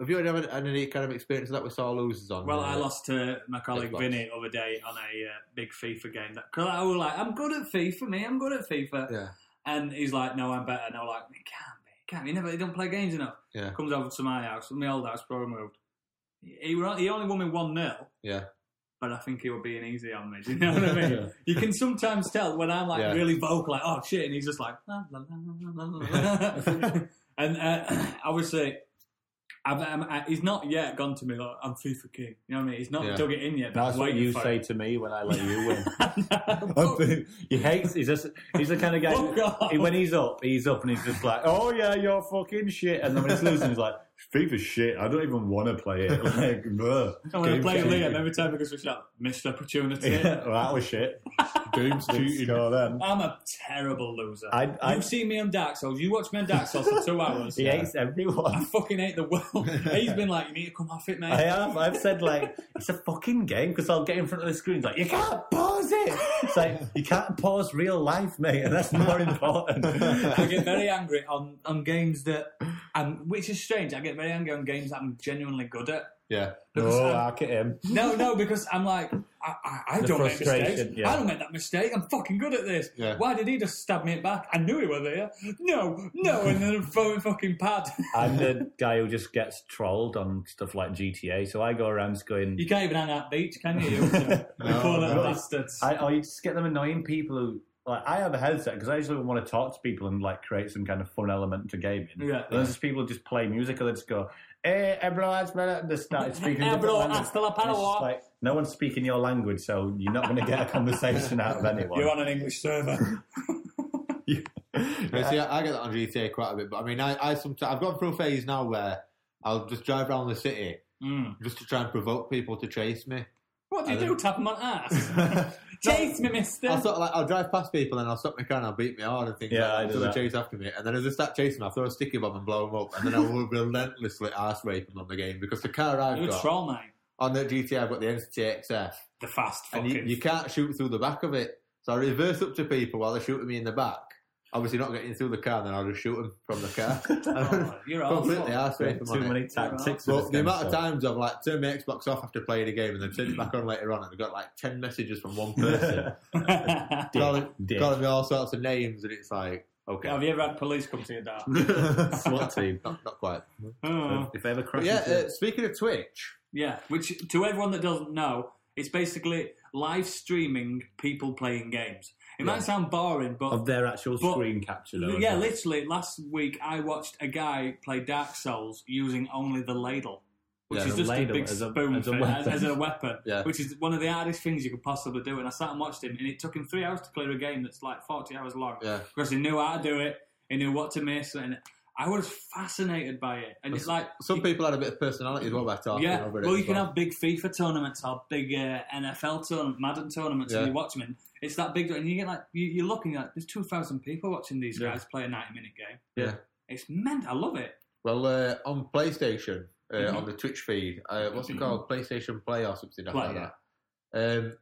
S3: have you ever had any kind of experience of that with sore losers on?
S2: Well,
S3: uh,
S2: I lost to my colleague
S3: Xbox.
S2: Vinny the other day on a uh, big FIFA game. That cause I was like, I'm good at FIFA, me. I'm good at FIFA.
S3: Yeah.
S2: And he's like, No, I'm better. And I was like, It can't be. It can't be. You never. You don't play games enough.
S3: Yeah.
S2: Comes over to my house, my old house, before I moved. He, were- he only won me one 0
S3: Yeah.
S2: But I think he was being easy on me. Do you know what I mean? You can sometimes tell when I'm like
S3: Yeah.
S2: really vocal, like "oh shit," and he's just like, la, la, la, la, la, la. and uh, obviously, I've, I'm, I, he's not yet gone to me like I'm FIFA king. You know what I mean? He's not
S3: Yeah.
S2: dug it in yet. but
S1: That's
S2: I'm
S1: what
S2: waiting
S1: you
S2: for
S1: say
S2: it.
S1: to me when I let you win.
S2: No,
S1: he hates. He's just. He's the kind of guy.
S2: fuck off.
S1: He- when he's up, he's up, and he's just like, "Oh yeah, you're fucking shit." And then when he's losing, he's like, "FIFA's shit. I don't even want to play it." Like, bleh.
S2: I'm going to
S1: Game
S2: play
S1: changer.
S2: Liam every time because we shout, missed opportunity.
S1: Yeah, well, that was shit. Doom's shooting all them.
S2: I'm a terrible loser.
S1: I- I-
S2: You've seen me on Dark Souls. You watch me on Dark Souls for two hours.
S1: He hates
S2: I
S1: everyone.
S2: fucking hate the world. He's been like, you need to come off it, mate.
S1: I have. I've said like it's a fucking game because I'll get in front of the screen. It's like you can't pause it. It's like you can't pause real life, mate, and that's more important.
S2: I get very angry on, on games that, um, which is strange. I get very angry on games that I'm genuinely good at.
S3: Yeah.
S2: Because
S1: No,
S2: I'm-
S1: hack at him.
S2: no, no, because I'm like, I, I, I
S1: Oh, The
S2: don't make mistakes.
S1: frustration, yeah.
S2: I don't make that mistake. I'm fucking good at this.
S3: Yeah.
S2: Why did he just stab me back? I knew he was there. No, no, and then throwing fucking pad.
S1: I'm the guy who just gets trolled on stuff like GTA. So I go around just going.
S2: You can't even hang out beach, can you? You poor little
S3: no.
S2: bastards.
S1: I, or you just get them annoying people who like I have a headset because I usually want to talk to people and like create some kind of fun element to gaming.
S2: Yeah.
S1: And there's just people who just play music or they just go, "Hey, everyone, that's better," and they start speaking.
S2: Hey,
S1: different
S2: bro,
S1: language.
S2: hasta la
S1: And it's just
S2: palawa.
S1: Like no one's speaking your language, so you're not going to get a conversation out of anyone.
S2: You're on an English server.
S3: Yeah, see, I, I get that on GTA quite a bit, but I mean, I, I sometimes I've gone through a phase now where I'll just drive around the city
S2: Mm.
S3: just to try and provoke people to chase me.
S2: What do you
S3: I
S2: do?
S3: don't-
S2: Tap him on ass? Chase me, mister.
S3: I'll sort of like I'll drive past people and I'll stop my car and I'll beat my horn and things
S1: Yeah,
S3: like that
S1: I do
S3: until they
S1: that.
S3: chase after me. And then as they start chasing me, I'll throw a sticky bomb and blow them up. And then I will relentlessly arse rape them on the game because the car I've
S2: You're a
S3: got
S2: troll, mate.
S3: on the GTA I've got the NCT XF
S2: The fast
S3: and
S2: fucking.
S3: you, you can't shoot through the back of it. So I reverse up to people while they're shooting me in the back. Obviously not getting through the car, and then I'll just shoot them from the car.
S2: Oh, you're
S3: Completely
S2: awful.
S3: arse rape them on
S1: Too
S3: it.
S1: many tactics.
S3: Well,
S1: for this
S3: the
S1: game,
S3: amount of
S1: so-
S3: times I've like turned my Xbox off after playing a game and then turned it back on later on, and I've got like ten messages from one person
S2: yeah,
S1: Dick,
S3: calling,
S1: dick.
S3: calling me all sorts of names, and it's like, Okay.
S2: Have you ever had police come to your door?
S1: SWAT team.
S3: Not, not quite.
S2: Oh.
S1: If they ever crash
S3: But yeah,
S1: into-
S3: uh, speaking of Twitch,
S2: Yeah, which to everyone that doesn't know, it's basically live streaming people playing games. It
S3: Yeah.
S2: might sound boring, but
S1: of their actual
S2: But-
S1: screen capture, though. isn't
S2: yeah,
S1: it?
S2: literally last week I watched a guy play Dark Souls using only the ladle, which
S3: Yeah,
S2: is
S1: the
S2: just a
S1: ladle
S2: big
S1: as a-
S2: spoon
S1: as a
S2: thing, as,
S1: weapon.
S2: as a weapon,
S3: Yeah.
S2: which is one of the hardest things you could possibly do. And I sat and watched him, and it took him three hours to clear a game that's like forty hours long
S3: yeah,
S2: because he knew how to do it, he knew what to miss, and I was fascinated by it. And it's like
S3: some people had a bit of personality as well by talking
S2: yeah,
S3: over it.
S2: well,
S3: as
S2: you can have big FIFA tournaments or big uh, NFL tournament, Madden tournaments,
S3: Yeah.
S2: and you watch them, and it's that big, and you get like you, you're looking at there's two thousand people watching these
S1: Yeah.
S2: guys play a ninety minute game.
S1: Yeah.
S2: it's meant. I love it.
S3: Well, uh, on PlayStation, uh,
S2: Mhm.
S3: on the Twitch feed, uh, what's
S1: Mm-hmm.
S3: it called? PlayStation Play or something
S2: Play,
S3: like that. Um,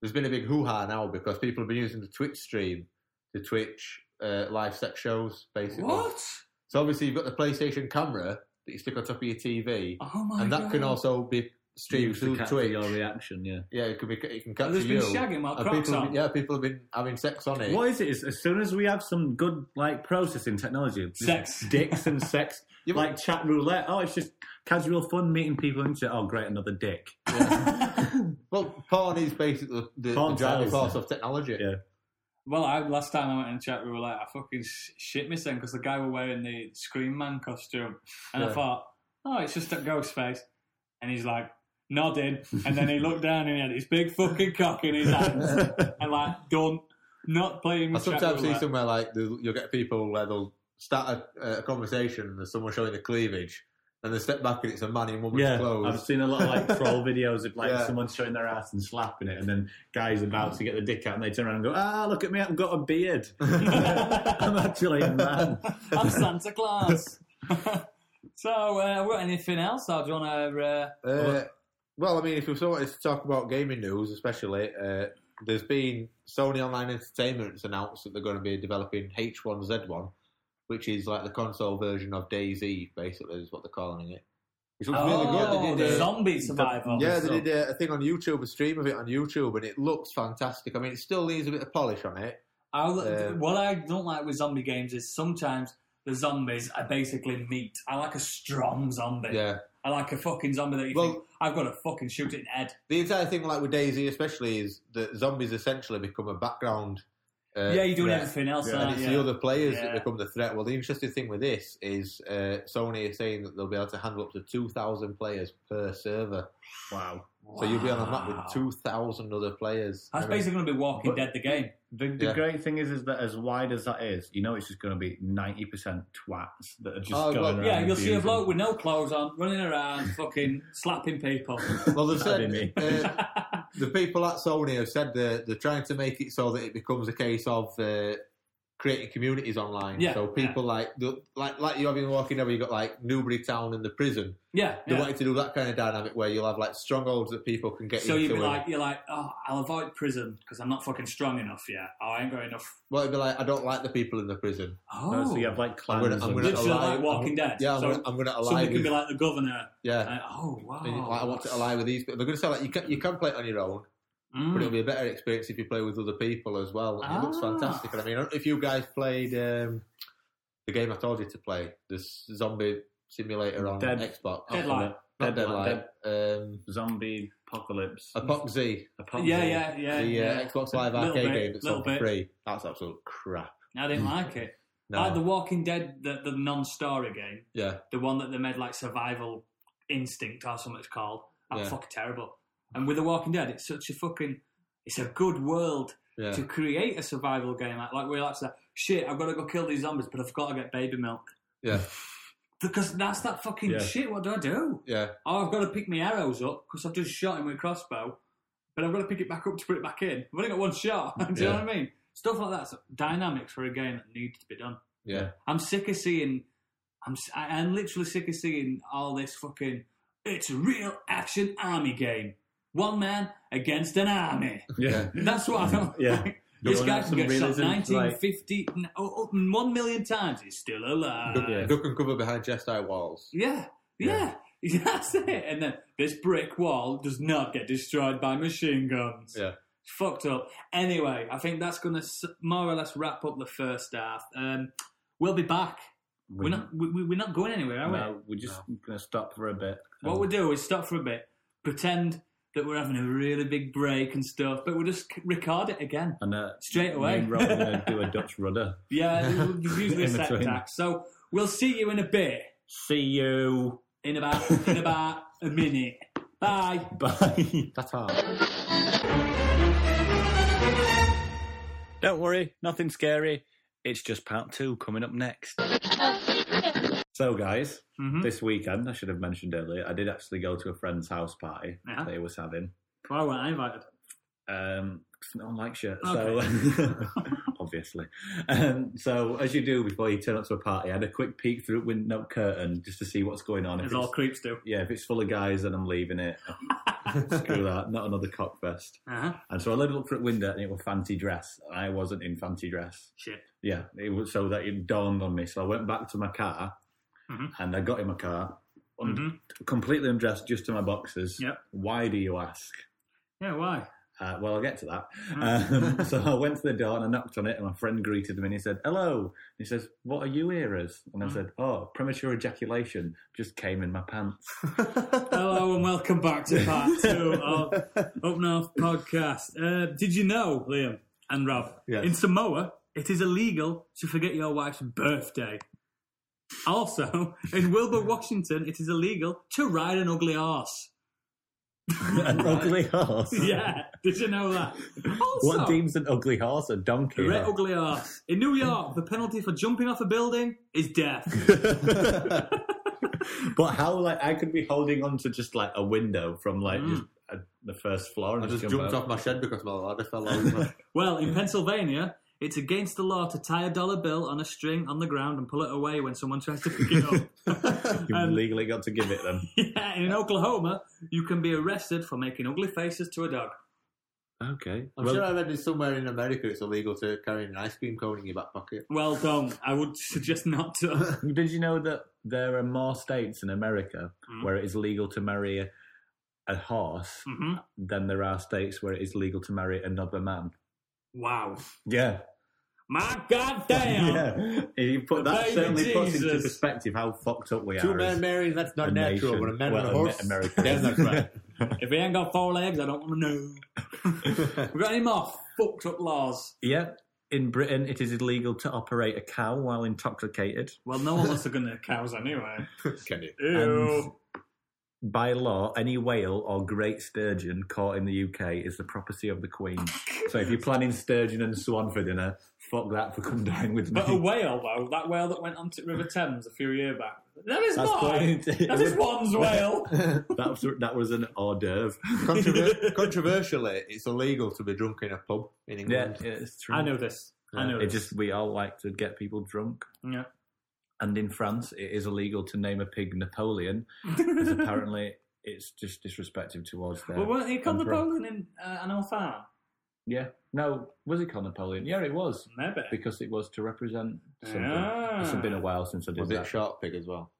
S3: there's been a big hoo ha now because people have been using the Twitch stream to Twitch uh, live sex shows, basically.
S2: What?
S3: So obviously, you've got the PlayStation camera that you stick on top of your TV,
S2: Oh my
S3: and that
S2: god!
S3: can also be streamed
S1: Use the
S3: through
S1: capture
S3: Twitch.
S1: your reaction, yeah.
S3: yeah, it can be. It can
S2: And
S3: capture
S2: there's been
S3: you.
S2: shagging while
S3: And
S2: Crocs
S3: people, have
S2: on.
S3: been- yeah, people have been having sex on it.
S1: What is it? Is as soon as we have some good like processing technology, just
S2: Sex.
S1: dicks and sex,
S3: Yeah, but-
S1: like chat roulette. Oh, it's just casual fun meeting people. Into oh, great, another dick.
S3: Well, porn is basically the, the
S1: Porn
S3: driving
S1: sells,
S3: force
S1: yeah.
S3: of technology.
S1: Yeah.
S2: Well, I, last time I went in chat, we were like, I fucking sh- shit myself because the guy were wearing the Scream Man costume, and I
S3: Yeah.
S2: thought, oh, it's just a ghost face, and he's like nodding, and then he looked down and he had his big fucking cock in his hands, and like, don't not playing
S3: I
S2: with chat
S3: sometimes see
S2: roulette.
S3: somewhere like there'll- you'll get people where they'll start a, a conversation and there's someone showing the cleavage, and they step back and it's a man in woman's
S1: Yeah, I've
S3: clothes.
S1: seen a lot of like troll videos of like
S3: Yeah.
S1: someone showing their ass and slapping it, and then guys about to get the dick out, and they turn around and go, "Ah, look at me! I've got a beard. I'm actually a man."
S2: I'm Santa Claus. so, uh, what, anything else? Or do you want to? Uh,
S3: Uh, well, I mean, if we still wanted to talk about gaming news, especially, uh, there's been Sony Online Entertainment's announced that they're going to be developing H1Z1, which is like the console version of DayZ, basically, is what they're calling it. Which looks really
S2: oh,
S3: good. They did,
S2: the
S3: uh,
S2: zombie survivor.
S3: Yeah, they did uh, a, a thing on YouTube, a stream of it on YouTube, and it looks fantastic. I mean, it still needs a bit of polish on it.
S2: I,
S3: Um,
S2: what I don't like with zombie games is sometimes the zombies are basically meat. I like a strong zombie.
S3: Yeah.
S2: I like a fucking zombie that you
S3: Well-
S2: think, I've got to fucking shoot it in the head.
S3: The entire thing, like with Daisy, especially, is that zombies essentially become a background. Uh,
S2: yeah, you're doing
S3: threat.
S2: everything else.
S1: Yeah,
S2: aren't
S3: And it's
S2: you?
S3: the other players that
S2: Yeah.
S3: become the threat. Well, the interesting thing with this is uh, Sony is saying that they'll be able to handle up to 2,000 players per server.
S1: Wow.
S3: So you'll be on a map
S2: Wow.
S3: with 2,000 other players.
S2: That's
S3: I mean,
S2: basically going to be Walking
S1: But-
S2: Dead the game.
S1: The, the
S3: Yeah.
S1: great thing is, is that as wide as that is, you know, it's just going to be ninety percent twats that are just
S3: Oh,
S1: going
S3: well,
S1: around.
S2: Yeah, you'll see a
S1: abusing-
S2: bloke with no clothes on, running around, fucking slapping people.
S3: Well, they've
S1: That'd
S3: said,
S1: be
S3: uh, the people at Sony have said they're, they're trying to make it so that it becomes a case of uh, creating communities online.
S2: Yeah,
S3: so people like the, like like you have in Walking Dead, where you got like Newbury Town and the prison.
S2: yeah,
S3: They
S2: yeah.
S3: wanted to do that kind of dynamic where you'll have like strongholds that people can get
S2: So
S3: into.
S2: you'd be
S3: and-
S2: like, you're like, oh, I'll avoid prison because I'm not fucking strong enough yet. Oh, I ain't got enough.
S3: well, it'd be like, I don't like the people in the prison.
S2: Oh,
S1: No, so you have like clans.
S3: I'm gonna- I'm
S1: and-
S3: gonna-
S2: literally
S3: alive-
S2: like Walking Dead.
S3: Yeah, I'm,
S2: so
S3: gonna, I'm gonna ally
S2: somebody
S3: with,
S2: can be like the governor.
S3: yeah.
S2: Uh, oh wow!
S3: And you- like, I want to ally with these. But they're gonna say like you can you can play it on your own, but it'll
S2: Mm.
S3: be a better experience if you play with other people as well. And It looks
S2: Ah.
S3: fantastic. And I mean, I don't know if you guys played um, the game I told you to play, this zombie simulator on
S1: Dead-
S3: Xbox,
S2: Deadlight.
S3: not
S1: Deadlight.
S3: Deadlight, um,
S1: Zombie apocalypse.
S3: Epoxy,
S1: Apocalypse.
S2: Yeah, yeah, yeah.
S3: the uh,
S2: yeah.
S3: Xbox Live
S2: Little
S3: arcade
S2: bit,
S3: game that's
S2: little
S3: on
S2: bit.
S3: for free. That's absolute crap.
S2: I didn't like it.
S3: No.
S2: Like the Walking Dead, the, the non-story game,
S3: yeah,
S2: the one that they made like Survival Instinct or something it's called. That's
S3: Yeah.
S2: fucking terrible. And with the Walking Dead, it's such a fucking, it's a good world
S3: yeah.
S2: to create a survival game. Like like we're like, shit, I've got to go kill these zombies, but I've got to get baby milk.
S3: Yeah.
S2: Because that's that fucking
S1: Yeah.
S2: shit. What do I do?
S3: yeah,
S2: Oh, I've got to pick my arrows up because I've just shot him with a crossbow, but I've got to pick it back up to put it back in. I've only got one shot. Do you know what I mean? Stuff like that. So dynamics for a game that needs to be done.
S3: yeah,
S2: I'm sick of seeing. I'm s- I- I'm literally sick of seeing all this fucking. It's a real action army game. One man against an army.
S1: Yeah.
S2: That's what I don't.
S1: Yeah.
S2: like.
S1: You
S2: This
S1: wanna
S2: guy
S1: have
S2: can
S1: some
S2: get shot
S1: realism,
S2: 1950, n- oh, oh, one million times. He's still alive.
S3: Duck,
S1: Yeah.
S3: duck and cover behind Jedi walls.
S2: Yeah, yeah, that's it. And then this brick wall does not get destroyed by machine guns.
S3: Yeah.
S2: It's fucked up. Anyway, I think that's going to more or less wrap up the first half. Um, we'll be back. We're not, we, we- we're not going anywhere, are we?
S1: No, we're just going to stop for a bit.
S2: What we'll do is stop for a bit, pretend that we're having a really big break and stuff, but we'll just c- record it again
S1: and uh,
S2: straight away.
S1: Me and Rob are going to do a Dutch rudder.
S2: yeah, there's usually a
S1: In
S2: set
S1: between.
S2: tack. So we'll see you in a bit,
S1: See you.
S2: in about in about a minute. Bye.
S1: Bye. Don't worry, nothing scary. It's just part two coming up next. So, guys,
S2: Mm-hmm.
S1: this weekend, I should have mentioned earlier, I did actually go to a friend's house party
S2: Yeah.
S1: that he was having.
S2: Why weren't I invited?
S1: Um, 'cause no one likes you,
S2: Okay.
S1: so obviously. Um, so, as you do before you turn up to a party, I had a quick peek through the window curtain just to see what's going on. If
S2: As all
S1: it's-
S2: creeps do.
S1: yeah, if it's full of guys, then I'm leaving it. Screw that, not another cockfest.
S2: Uh-huh.
S1: And so I looked through the window and it was fancy dress. And I wasn't in fancy dress.
S2: Shit.
S1: Yeah, it was so that it dawned on me. So I went back to my car
S2: Mhm.
S1: and I got in my car, un-
S2: Mhm.
S1: completely undressed, just to my boxers.
S2: Yep.
S1: Why do you ask?
S2: Yeah, why?
S1: Uh, well, I'll get to that. Um, so I went to the door and I knocked on it, and my friend greeted me and he said, Hello. And he says, What are you here as? And I
S2: Mhm.
S1: said, Oh, premature ejaculation just came in my pants.
S2: Hello and welcome back to part two of Up North podcast. Uh, did you know, Liam and Rob,
S3: Yes.
S2: in Samoa, it is illegal to forget your wife's birthday. Also, in Wilbur, Washington, it is illegal to ride an ugly horse.
S1: an ugly horse.
S2: Yeah, did you know that? Also,
S1: What deems an ugly horse a donkey?
S2: a red ugly horse. In New York, the penalty for jumping off a building is death.
S1: but how like I could be holding on to just like a window from like
S2: Mm.
S1: just uh the first floor and
S3: I just
S1: jump
S3: jumped
S1: out.
S3: off my shed because my ladder fell over.
S2: Well, in Pennsylvania, it's against the law to tie a dollar bill on a string on the ground and pull it away when someone tries to pick it up.
S1: You've
S2: Um,
S1: legally got to give it them.
S2: yeah, and in Oklahoma, you can be arrested for making ugly faces to a dog.
S1: okay.
S3: I'm sure I read it somewhere in America it's illegal to carry an ice cream cone in your back pocket.
S2: Well, don't. I would suggest not to.
S1: did you know that there are more states in America
S2: Mm.
S1: where it is legal to marry a, a horse
S2: hmm
S1: than there are states where it is legal to marry another man?
S2: Wow.
S1: Yeah.
S2: My goddamn.
S1: yeah. You put, that
S2: Baby
S1: certainly puts into
S2: Jesus.
S1: perspective how fucked up we
S3: Two
S1: are. as
S3: men married, that's
S1: a
S3: not natural,
S1: nation.
S3: but a man
S1: well,
S3: and a
S1: Amer-
S3: horse.
S1: America.
S3: Yes, that's right.
S2: If he ain't got four legs, I don't want to know. We've got any more fucked up laws.
S1: Yeah. In Britain, it is illegal to operate a cow while intoxicated.
S2: Well, no one wants to go near cows anyway.
S3: Kenny.
S2: Ew.
S1: By law, any whale or great sturgeon caught in the UK is the property of the Queen. so if you're planning sturgeon and swan for dinner, fuck that for come down with me.
S2: But a whale, though, that whale that went onto River Thames a few years back, that is
S1: That's
S2: mine.
S1: quite- it
S2: That is
S1: would-
S2: one's whale.
S1: that, was, that was an hors d'oeuvre.
S3: Controver- controversially, it's illegal to be drunk in a pub in
S1: Yeah,
S3: England.
S1: it's true.
S2: I know this. I know
S1: It
S2: this.
S1: just we all like to get people drunk.
S2: Yeah.
S1: And in France, it is illegal to name a pig Napoleon, because apparently it's just disrespectful towards their.
S2: Well, weren't they called
S1: emperor.
S2: Napoleon in uh, Animal Farm?
S1: Yeah. No, was it called Napoleon? Yeah, it was.
S2: Maybe.
S1: Because it was to represent something.
S2: Ah.
S1: It's been a while since I did
S3: Was
S1: that.
S3: it shark pig as well?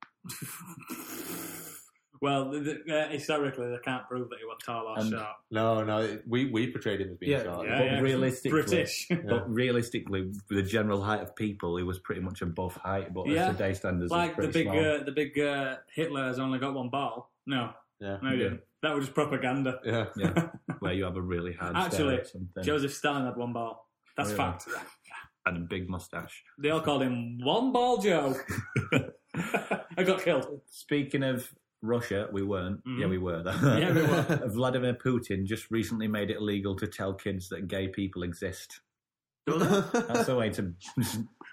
S2: Well, the, the, uh, historically, they can't prove that he was tall or
S1: And-
S2: short.
S3: No, no, it- we, we portrayed him as being
S1: Yeah,
S3: sharp.
S1: yeah. but
S2: 'cause
S1: realistically-
S2: British.
S1: But realistically, the general height of people, he was pretty much above height, but
S2: Yeah.
S1: as today's standards, he was
S2: like the
S1: pretty
S2: big,
S1: small.
S2: uh, the big uh, Hitler has only got one ball. No,
S3: Yeah.
S2: no, he
S1: Yeah.
S2: didn't. That was just propaganda.
S3: Yeah.
S1: yeah, where you have a really hard stare
S2: Actually,
S1: at something
S2: Joseph Stalin had one ball. That's
S1: Really?
S2: fact.
S1: and a big mustache.
S2: They all called him One Ball Joe. I got killed.
S1: Speaking of Russia, we weren't.
S2: Mhm.
S1: Yeah, we were.
S2: Yeah, we were.
S1: Vladimir Putin just recently made it illegal to tell kids that gay people exist. That's a way to.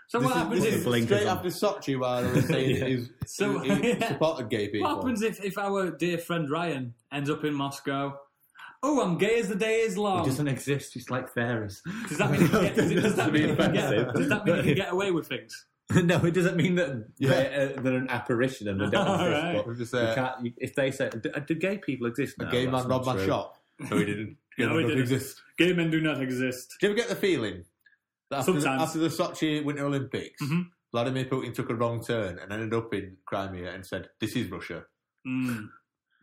S2: So what happens
S1: this is
S2: if
S1: blink
S3: straight
S1: is on.
S3: after Sochi, while I was saying
S1: Yeah.
S3: he's,
S2: So-
S3: he, he supported gay people.
S2: What happens if, if our dear friend Ryan ends up in Moscow? Oh, I'm gay as the day is
S1: It
S2: long.
S1: doesn't exist. It's like fairies.
S2: Does that mean you can get, does, does that
S1: That's
S2: mean you can
S1: offensive.
S2: get, does that mean you can get away with things?
S1: no, it doesn't mean that
S3: Yeah.
S1: they're, uh, they're an apparition and they don't
S2: All
S1: exist.
S2: right.
S1: but
S3: We've just,
S1: you
S3: uh,
S1: can't- you- if they say, do, do gay people exist?
S3: a
S1: No,
S3: gay
S1: that's
S3: man
S1: not
S3: robbed my
S1: true.
S3: shop. No, he didn't.
S2: No, he
S3: Doesn't
S2: didn't.
S3: Exist.
S2: Gay men do not exist.
S3: Do you ever get the feeling that after, the,
S2: Sometimes.
S3: after the Sochi Winter Olympics,
S2: Mhm.
S3: Vladimir Putin took a wrong turn and ended up in Crimea and said, "This is Russia."
S2: Mm.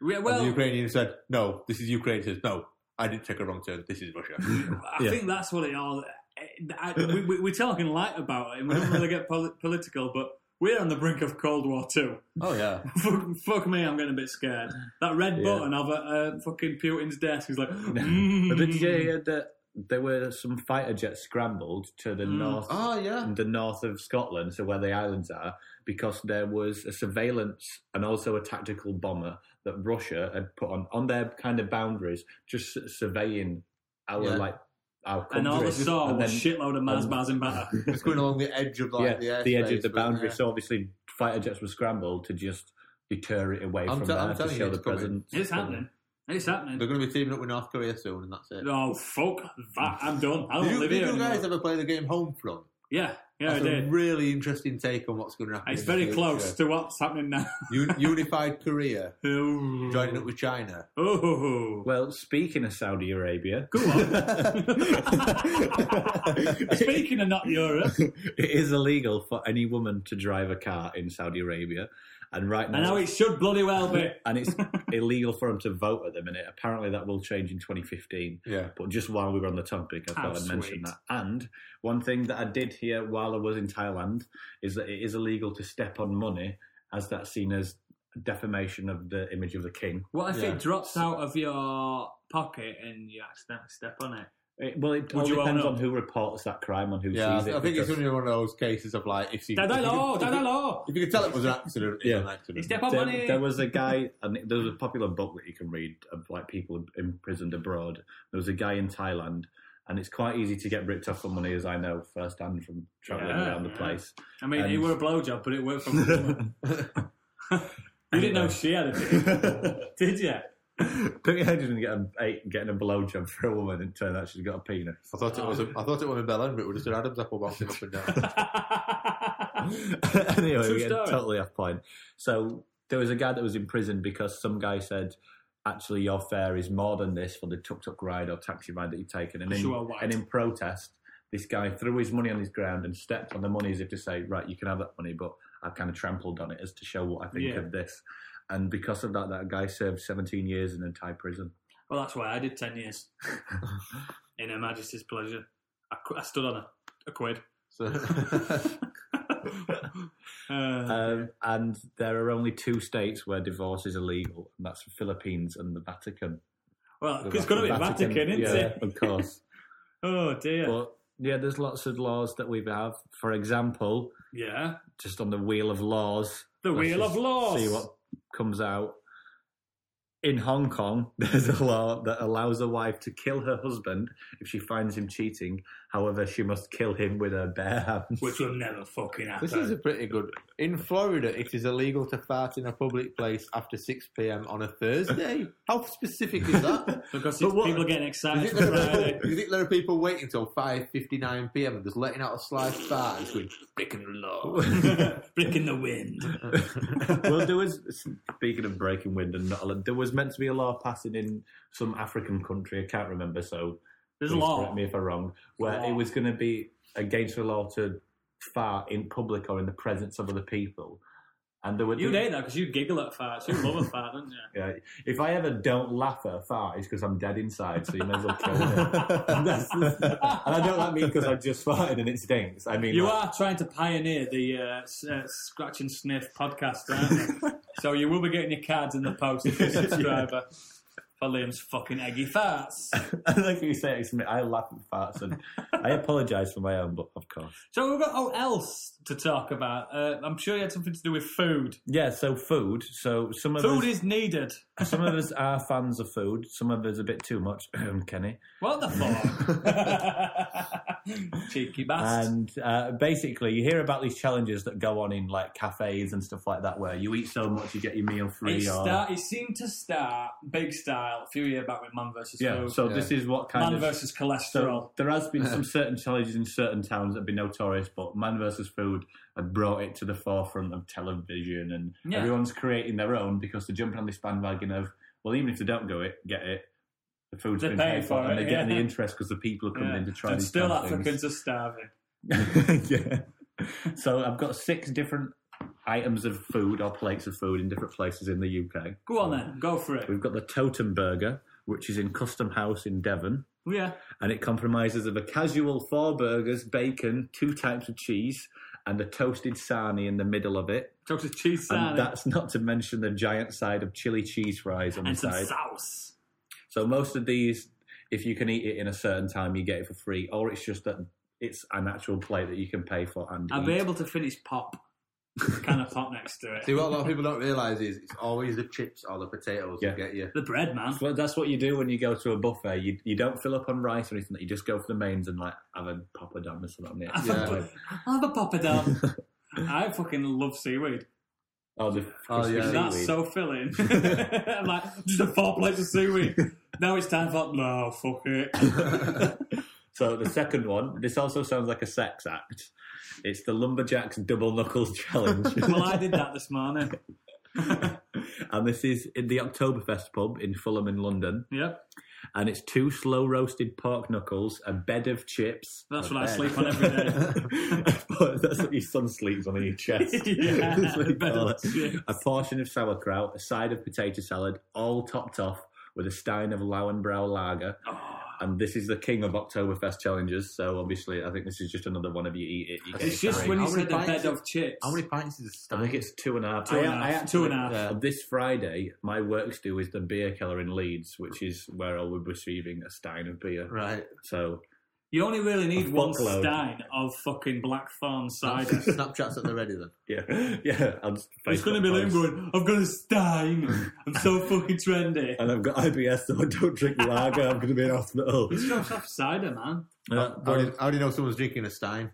S2: Yeah,
S3: and the
S2: well,
S3: Ukrainian said, "No, this is Ukraine." He says, "No, I didn't take a wrong turn. This is Russia.
S2: I
S1: Yeah.
S2: think that's what it all. I, we, we, we're talking light about it, and we don't really get pol- political, but we're on the brink of Cold War too.
S1: Oh yeah,
S2: Fuck, fuck me, I'm getting a bit scared. That red
S1: Yeah.
S2: button of a uh, fucking Putin's desk is like. hmm.
S1: but did you
S2: Mm-hmm.
S1: hear that there were some fighter jets scrambled to the
S2: Mm.
S1: north,
S3: oh yeah.
S1: the north of Scotland, so where the islands are, because there was a surveillance and also a tactical bomber that Russia had put on on their kind of boundaries, just s- surveying our
S3: Yeah.
S1: like our country.
S2: And all they saw
S1: And
S2: was a
S1: then-
S2: shitload of Maz bars in batter.
S3: It's going along the edge of like
S1: yeah,
S3: the,
S1: the edge of
S3: airspace,
S1: the
S3: but,
S1: boundary.
S3: yeah.
S1: So obviously, fighter jets were scrambled to just deter it away
S3: I'm
S1: from
S3: te- I'm
S1: there to
S3: telling you,
S1: show
S3: it's
S1: the
S3: coming.
S1: presence.
S2: It's happening. It's happening.
S3: They're going to be teaming up with North Korea soon, and that's it.
S2: Oh fuck that! I'm done. I
S3: Did
S2: don't
S3: you,
S2: live
S3: did
S2: here
S3: you
S2: anymore.
S3: guys ever play the game Homefront?
S2: yeah, yeah, I
S3: That's a
S2: did.
S3: really interesting take on what's going to happen.
S2: It's
S3: in the
S2: very
S3: future.
S2: close to what's happening now.
S3: Un- unified Korea joining
S2: Joining
S3: up with China.
S2: Oh,
S1: Well, speaking of Saudi Arabia,
S2: go on.
S1: it
S2: Speaking of not Europe,
S1: is illegal for any woman to drive a car in Saudi Arabia, and right
S2: I know
S1: now,
S2: it should bloody well be.
S1: and it's illegal for them to vote at the minute. Apparently, that will change in 2015.
S3: Yeah.
S1: But just while we were on the topic, I
S2: How
S1: thought I'd mention
S2: sweet.
S1: that. And one thing that I did hear while I was in Thailand is that it is illegal to step on money, as that's seen as defamation of the image of the king.
S2: What if
S3: Yeah.
S2: it drops out of your pocket and you accidentally step on it?
S1: It, well, it
S2: Would
S1: all
S2: you own
S1: depends
S2: up?
S1: on who reports that crime and who
S3: Yeah, I
S1: sees it.
S3: think
S1: because-
S3: it's going to be one of those cases of like if you if
S2: Dada
S3: you
S2: law,
S3: can-
S2: dada law.
S3: if you can tell it was an accident,
S1: Yeah.
S3: it's an accident.
S2: Step on
S1: there,
S2: money.
S1: there was a guy, and there was a popular book that you can read of like people imprisoned abroad. There was a guy in Thailand, and it's quite easy to get ripped off for money, as I know firsthand from traveling
S2: Yeah,
S1: around the
S2: yeah.
S1: place.
S2: I mean, it
S1: And-
S2: were a blowjob, but it worked for me. You didn't know she had it, did you?
S1: Put your head in and get a, a- getting a blowjob for a woman, and turn out she's got a penis.
S3: I thought it was a, I thought it was a Bell End, but it was just an Adam's apple bouncing up and down.
S1: anyway,
S2: True
S1: we get
S2: story.
S1: totally off point. So there was a guy that was in prison because some guy said, "Actually, your fare is more than this for the tuk-tuk ride or taxi ride that you've taken." And in,
S2: You are white.
S1: and in protest, this guy threw his money on his ground and stepped on the money as if to say, "Right, you can have that money, but I've kind of trampled on it as to show what I think
S2: Yeah.
S1: of this." And because of that, that guy served 17 years in a Thai prison.
S2: Well, that's why I did 10 years in Her Majesty's Pleasure. I, qu- I stood on a, a quid.
S3: So
S2: Uh,
S1: Um, and there are only two states where divorce is illegal, and that's the Philippines and the Vatican.
S2: well,
S1: The
S2: it's going to be
S1: Vatican-
S2: Vatican, isn't
S1: yeah,
S2: it?
S1: Of course.
S2: Oh, dear.
S1: But yeah, there's lots of laws that we have. For example,
S2: yeah.
S1: just on the wheel of laws.
S2: The
S1: let's
S2: Wheel of
S1: just
S2: Laws.
S1: See what comes out. In Hong Kong, there's a law that allows a wife to kill her husband if she finds him cheating. However, she must kill him with her bare hands.
S2: Which will never fucking happen.
S3: this is a pretty good. In Florida, it is illegal to fart in a public place after six p.m. on a Thursday. How specific is that?
S2: Because
S1: But
S2: it's-
S1: what-
S2: people are getting
S3: Do you
S2: excited
S3: think
S2: for
S3: there are
S2: Friday.
S3: people- do you think there are people waiting until five fifty-nine p.m. and just letting out a slight fart? It's going,
S2: Breaking the law. Breaking the wind.
S1: well, there was speaking of breaking wind and not, there was meant to be a law passing in some African country. I can't remember, so
S2: There's a
S1: Please
S2: law.
S1: Correct me if I'm wrong. Where
S2: Law.
S1: it was going to be against the law to fart in public or in the presence of other people, and there were
S2: You'd hate that because you giggle at farts. You love a fart, don't you?
S1: Yeah, if I ever don't laugh at a fart, it's because I'm dead inside, so you may as well kill me. and, that's- and I don't like me because I just farted and it stinks. I mean,
S2: You
S1: like,
S2: are trying to pioneer the uh, s- uh, Scratch and Sniff podcast, aren't you? so you will be getting your cards in the post if you're a subscriber for Liam's fucking eggy farts.
S1: I like you say, it's me. I laugh at farts, and I apologise for my own, but of course.
S2: So we've got what else to talk about. Uh, I'm sure you had something to do with food.
S1: Yeah. So food. So some of
S2: Food
S1: us,
S2: is needed.
S1: some of us are fans of food. Some of us a bit too much. Kenny.
S2: What the fuck? Cheeky bastard.
S1: And uh, basically, you hear about these challenges that go on in like cafes and stuff like that, where you eat so much you get your meal
S2: It,
S1: free. Or,
S2: start, it seemed to start big style a few years back with Man versus
S1: yeah.
S2: Food.
S1: So
S3: Yeah.
S1: this is what kind
S2: Man
S1: of
S2: versus cholesterol.
S1: so there has been some certain challenges in certain towns that have been notorious, but Man versus Food have brought it to the forefront of television, and
S2: Yeah.
S1: everyone's creating their own because they're jumping on this bandwagon of well, even if they don't go it, get it. The food's
S2: They're
S1: been paid
S2: paying
S1: for,
S2: for
S1: and
S2: it,
S1: they're getting
S2: yeah.
S1: the interest because the people are coming
S2: Yeah.
S1: in to try
S2: And
S1: these
S2: still
S1: kind of things.
S2: Africans are starving.
S1: yeah. So I've got six different items of food or plates of food in different places in the UK.
S2: Go on then, go for it.
S1: We've got the totem burger, which is in Custom House in Devon,
S2: Oh, Yeah.
S1: and it comprises of a casual four burgers, bacon, two types of cheese, and a toasted sarnie in the middle of it.
S2: Toasted cheese salad.
S1: And that's not to mention the giant side of chili cheese fries on
S2: and
S1: the
S2: some
S1: side.
S2: sauce.
S1: So most of these, if you can eat it in a certain time, you get it for free, or it's just that it's an actual plate that you can pay for and
S2: I'll be
S1: eat.
S2: able to finish pop. kind of pop next to
S3: See,
S2: it.
S3: what a lot of people don't realise is it's always the chips or the potatoes
S1: Yeah.
S3: that get you.
S2: The bread, man.
S1: Well, that's what you do when you go to a buffet. You you don't fill up on rice or anything. You just go for the mains and like have a papa dam or something on the
S2: Have a
S1: outside.
S2: bu- have a pop it down. I fucking love seaweed.
S1: Oh, the
S3: Oh,
S1: crispy
S3: yeah.
S1: seaweed.
S2: That's so filling. I'm like, just a four plates of seaweed. now it's time for no, fuck it.
S1: So the second one, this also sounds like a sex act. It's the lumberjacks double knuckles challenge.
S2: well, I did that this morning.
S1: and this is in the Oktoberfest pub in Fulham in London.
S2: Yep,
S1: and it's two slow roasted pork knuckles, a bed of chips.
S2: that's
S1: A
S2: what I
S1: bed.
S2: sleep on every day.
S1: But that's what your son sleeps on in your chest.
S2: Yeah,
S1: That's what you
S2: bed
S1: call
S2: of
S1: it.
S2: chips.
S1: A portion of sauerkraut, a side of potato salad, all topped off with a stein of Lauenbrau lager.
S2: Oh,
S1: And this is the king of Oktoberfest challenges. So obviously, I think this is just another one of you eat it. You get
S2: it's
S1: a
S2: just
S1: stein.
S2: when you
S3: How
S2: said
S3: many
S2: the
S3: pints
S2: bed
S3: of-
S2: of chips.
S3: How many pints is
S1: I think it's two and a half.
S2: Two and a
S1: I-
S2: half,
S1: I
S2: two and a
S1: actually-
S2: half.
S1: Uh, this Friday, my works do is the beer keller in Leeds, which is where I will be receiving a stein of beer.
S3: Right.
S1: So
S2: You only really need
S1: A
S2: one
S1: fuckload.
S2: stein of fucking blackthorn cider.
S3: Snapchats at the ready then.
S1: Yeah, yeah. I'll just
S2: It's going to be Liam going, I've got a stein. I'm so fucking trendy.
S1: and I've got IBS, so I don't drink lager. I'm going to be in hospital.
S2: It's just off cider, man.
S1: Uh,
S3: How, do you, how do you know someone's drinking a Stein?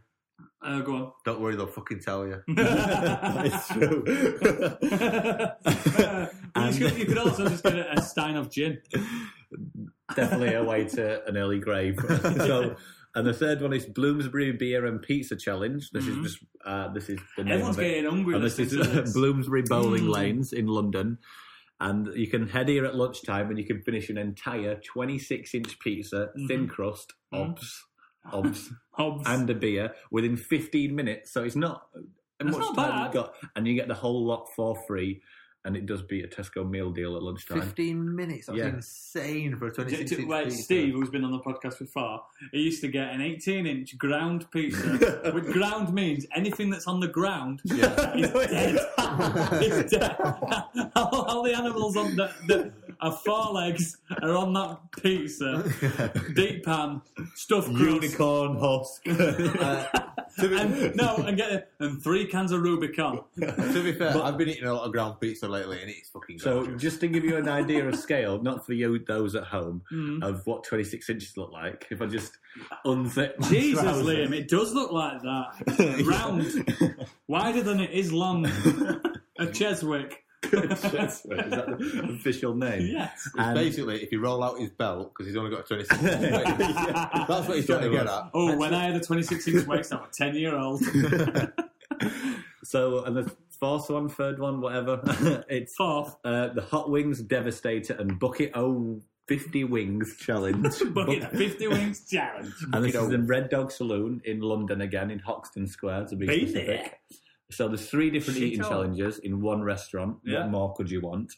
S2: Uh, go
S3: Don't worry, they'll fucking tell you.
S1: that is
S2: on.
S1: true.
S2: Uh,
S1: And-
S2: you, could, you could also just get a, a stein of gin.
S1: Definitely a way to an early grave. so, and the third one is Bloomsbury beer and pizza challenge. This
S2: Mhm.
S1: is just uh, this is the name
S2: Everyone's
S1: of it.
S2: getting hungry.
S1: and this
S2: listening
S1: is
S2: to this.
S1: Bloomsbury Bowling
S2: Mm.
S1: Lanes in London. And you can head here at lunchtime and you can finish an entire 26 inch pizza,
S2: Mm-hmm.
S1: thin crust,
S2: Mhm.
S1: obs, obs,
S2: Hobbs.
S1: and a beer within 15 minutes. So it's not much
S2: not
S1: time
S2: bad.
S1: you've got, and you get the whole lot for free. And it does beat a Tesco meal deal at lunchtime.
S3: 15 minutes? That's
S1: Yeah.
S3: insane for a
S2: Do-
S3: 26
S2: do- Right, Steve, who's been on the podcast before, he used to get an 18 inch ground pizza. with ground means anything that's on the ground
S3: Yeah.
S2: is dead. it's dead. all, all the animals on the, the are four legs are on that pizza. Deep pan, stuffed crust,
S1: Unicorn husk.
S3: Uh, to, be,
S2: and no, and get it, and three cans of Rubicon.
S3: to be fair, I've been eating a lot of ground pizza lately and it's fucking
S1: so,
S3: gorgeous.
S1: just to give you an idea of scale, not for you, those at home,
S2: Mm.
S1: of what 26 inches look like, if I just unzip my
S2: Jesus,
S1: trousers.
S2: Liam, it does look like that. Round, wider than it is long. A Cheswick.
S1: Is that the official name?
S2: Yes.
S3: It's
S1: And-
S3: basically, if you roll out his belt, because he's only got a 26 inch waist, that's what he's trying to get at.
S2: Oh, when I had a 26 inch waist, I'm a 10 year old.
S1: So, and the fourth one, third one, whatever, it's
S2: Fourth,
S1: uh, the Hot Wings Devastator and Bucket O 50 Wings Challenge.
S2: bucket 50 wings challenge.
S1: and this
S3: Bucket
S1: is
S3: O.
S1: in Red Dog Saloon in London again, in Hoxton Square, to be
S2: Be
S1: specific.
S2: there.
S1: So there's three different
S2: Shit
S1: eating
S2: on.
S1: challenges in one restaurant.
S2: Yeah.
S1: What more could you want?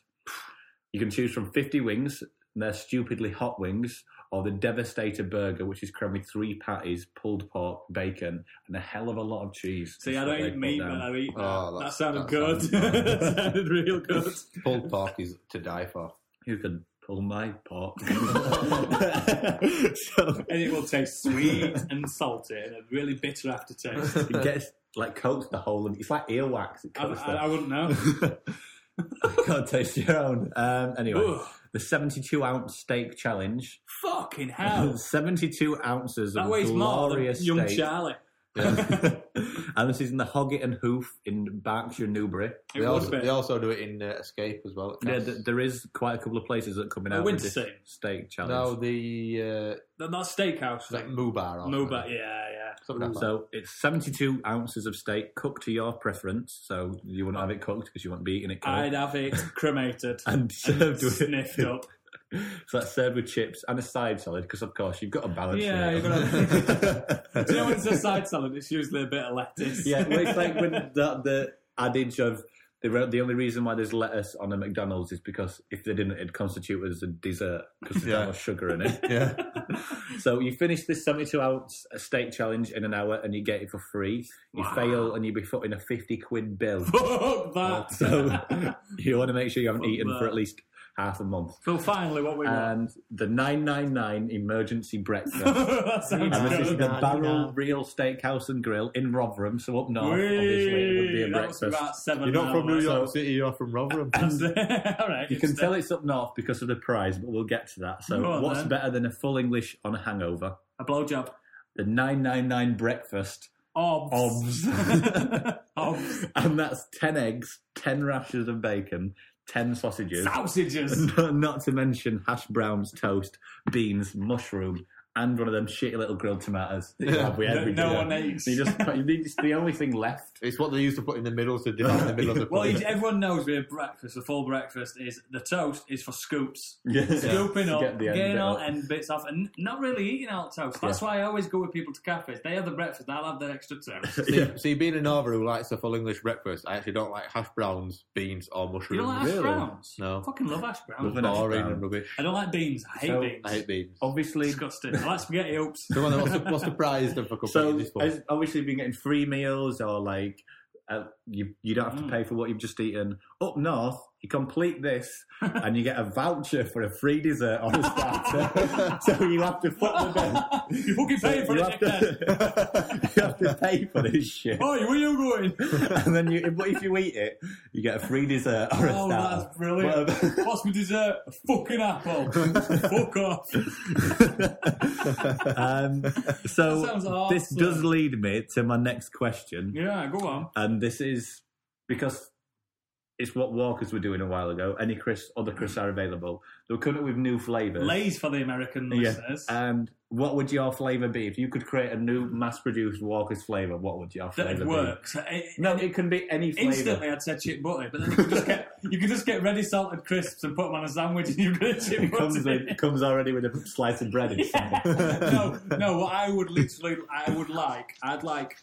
S1: You can choose from 50 wings, and they're stupidly hot wings, or the Devastator Burger, which is crammed with three patties, pulled pork, bacon, and a hell of a lot of cheese.
S2: See, I
S1: That's what
S2: don't
S1: they
S2: eat
S1: put
S2: meat,
S1: down.
S2: but I eat that.
S3: Oh,
S2: that
S3: that's-
S2: sounded
S3: that
S2: good.
S3: sounds
S2: That sounded real good.
S3: Pulled pork is to die for.
S1: Who can pull my pork? so
S2: And it will taste sweet and salty and a really bitter aftertaste.
S1: it gets like coats the whole of it's like earwax. It
S2: I,
S1: coats
S2: I,
S1: the-
S2: I wouldn't know.
S1: Can't taste your own. Um, anyway,
S2: Ooh,
S1: the 72 ounce steak challenge.
S2: fucking hell.
S1: 72 ounces
S2: Oh. That
S1: of
S2: weighs more than
S1: glorious
S2: young
S1: steak.
S2: Charlie.
S1: and this is in the Hogget and Hoof in Berkshire, Newbury.
S2: It
S3: They
S2: would
S3: also,
S2: be.
S3: they also do it in uh, Escape as well. at
S1: Yeah,
S3: Cass.
S1: th- there is quite a couple of places that are coming
S2: Oh,
S1: out with this
S2: Windsor.
S1: steak
S3: no,
S1: challenge.
S3: the uh,
S2: That, that steakhouse
S3: it's like
S2: thing.
S3: Mubar. or
S2: Moba,
S3: something.
S2: yeah, yeah.
S3: Something like that.
S1: So it's 72 ounces of steak cooked to your preference. So you wouldn't have it cooked because you wouldn't be eating it cold.
S2: I'd have it cremated.
S1: and
S2: and
S1: served with
S2: sniffed up.
S1: So that's served with chips and a side salad because, of course, you've got to balance
S2: Yeah,
S1: it.
S2: you've
S1: got
S2: Do you know when it's a side salad? It's usually a bit of lettuce.
S1: yeah, well, it's like when that, the adage of The, re- the only reason why there's lettuce on a McDonald's is because if they didn't, it'd constitute as a dessert because there's
S3: Yeah.
S1: not much sugar in it.
S3: Yeah.
S1: so you finish this 72 ounce steak challenge in an hour and you get it for free. You
S2: Wow.
S1: fail and you be footing a 50 quid bill.
S2: Fuck that.
S1: so you want to make sure you haven't
S2: Fuck
S1: eaten
S2: that.
S1: for at least half a month.
S2: so finally, what we want.
S1: And the 999 emergency breakfast.
S2: that sounds
S1: And this is
S2: good.
S1: the
S4: Nine nine
S1: Barrel
S4: nine.
S1: Real Steakhouse and Grill in Rotherham, so up north,
S2: Whee!
S1: obviously, it would be a
S2: that was
S1: breakfast.
S2: about seven
S3: You're not from New
S2: hours.
S3: York City, you're from Rotherham.
S2: All right.
S1: You can tell it's up north because of the prize, but we'll get to that. So,
S2: Go on,
S1: what's
S2: then.
S1: better than a full English on a hangover?
S2: a blowjob.
S1: The 999 breakfast, Obs.
S2: Obs. Obs.
S1: and that's 10 eggs, 10 rashers of bacon, 10 sausages,
S2: Sausages.
S1: and not to mention hash browns, toast, beans, mushroom, and one of them shitty little grilled tomatoes that you have with
S2: That
S1: every
S2: no
S1: dinner.
S2: one eats.
S1: So you just, you need- it's the only thing left.
S3: It's what they used to put in the middle to divide the middle of the
S2: Well,
S3: plate.
S2: you- everyone knows we have breakfast. A full breakfast is the toast is for scoops,
S1: Yeah.
S2: scooping up,
S1: Get the end
S2: getting
S1: bit
S2: all
S1: off.
S2: end bits off, and not really eating all the toast. That's why I always go with people to cafes. They have the breakfast, I'll have the extra toast.
S3: See, see, being a Narva who likes a full English breakfast, I actually don't like hash browns, beans, or
S2: You
S3: mushrooms.
S2: don't like hash
S1: Really?
S2: browns?
S3: No.
S2: I fucking love hash browns. Oh.
S1: Lovely.
S3: Boring
S1: Hash brown.
S3: and rubbish.
S2: I don't like beans. I hate
S1: So,
S2: beans.
S3: I hate beans.
S1: Obviously,
S2: Disgusting. I like spaghetti hoops.
S3: So, what's the, what's the prize then for
S1: so
S3: completing this one?
S1: as, obviously you've been getting free meals or like uh, you you don't have to
S2: Mm.
S1: pay for what you've just eaten up north you complete this and you get a voucher for a free dessert on a starter so you have to foot the bill
S2: you fucking
S1: So
S2: pay for
S1: you
S2: it,
S1: have to, you have to pay for this shit
S2: Oh, where you going?
S1: and then you but if you eat it you get a free dessert or a
S2: Oh,
S1: starter
S2: that's brilliant.
S1: Whatever.
S2: What's my dessert? A fucking apple. Fuck off.
S1: um, so
S2: That sounds
S1: this
S2: awesome.
S1: does lead me to my next question
S2: Yeah, go on.
S1: And this is because it's what Walkers were doing a while ago. Any Chris, other Chris are available. They were coming up with new flavours.
S2: Lays for the American
S1: Yeah. Uh,
S2: listeners.
S1: And what would your flavour be? If you could create a new mass produced Walkers flavour, what would your
S2: that
S1: flavour
S2: it
S1: be?
S2: works. It-
S1: No, it can be any flavour.
S2: Instantly, I'd say chip butty, but then you could just get you could just get ready salted crisps and put them on a sandwich, and you've got a chip
S1: It comes,
S2: butty.
S1: with, it comes already with a slice of bread inside.
S2: no, no. What I would literally, I would like, I'd like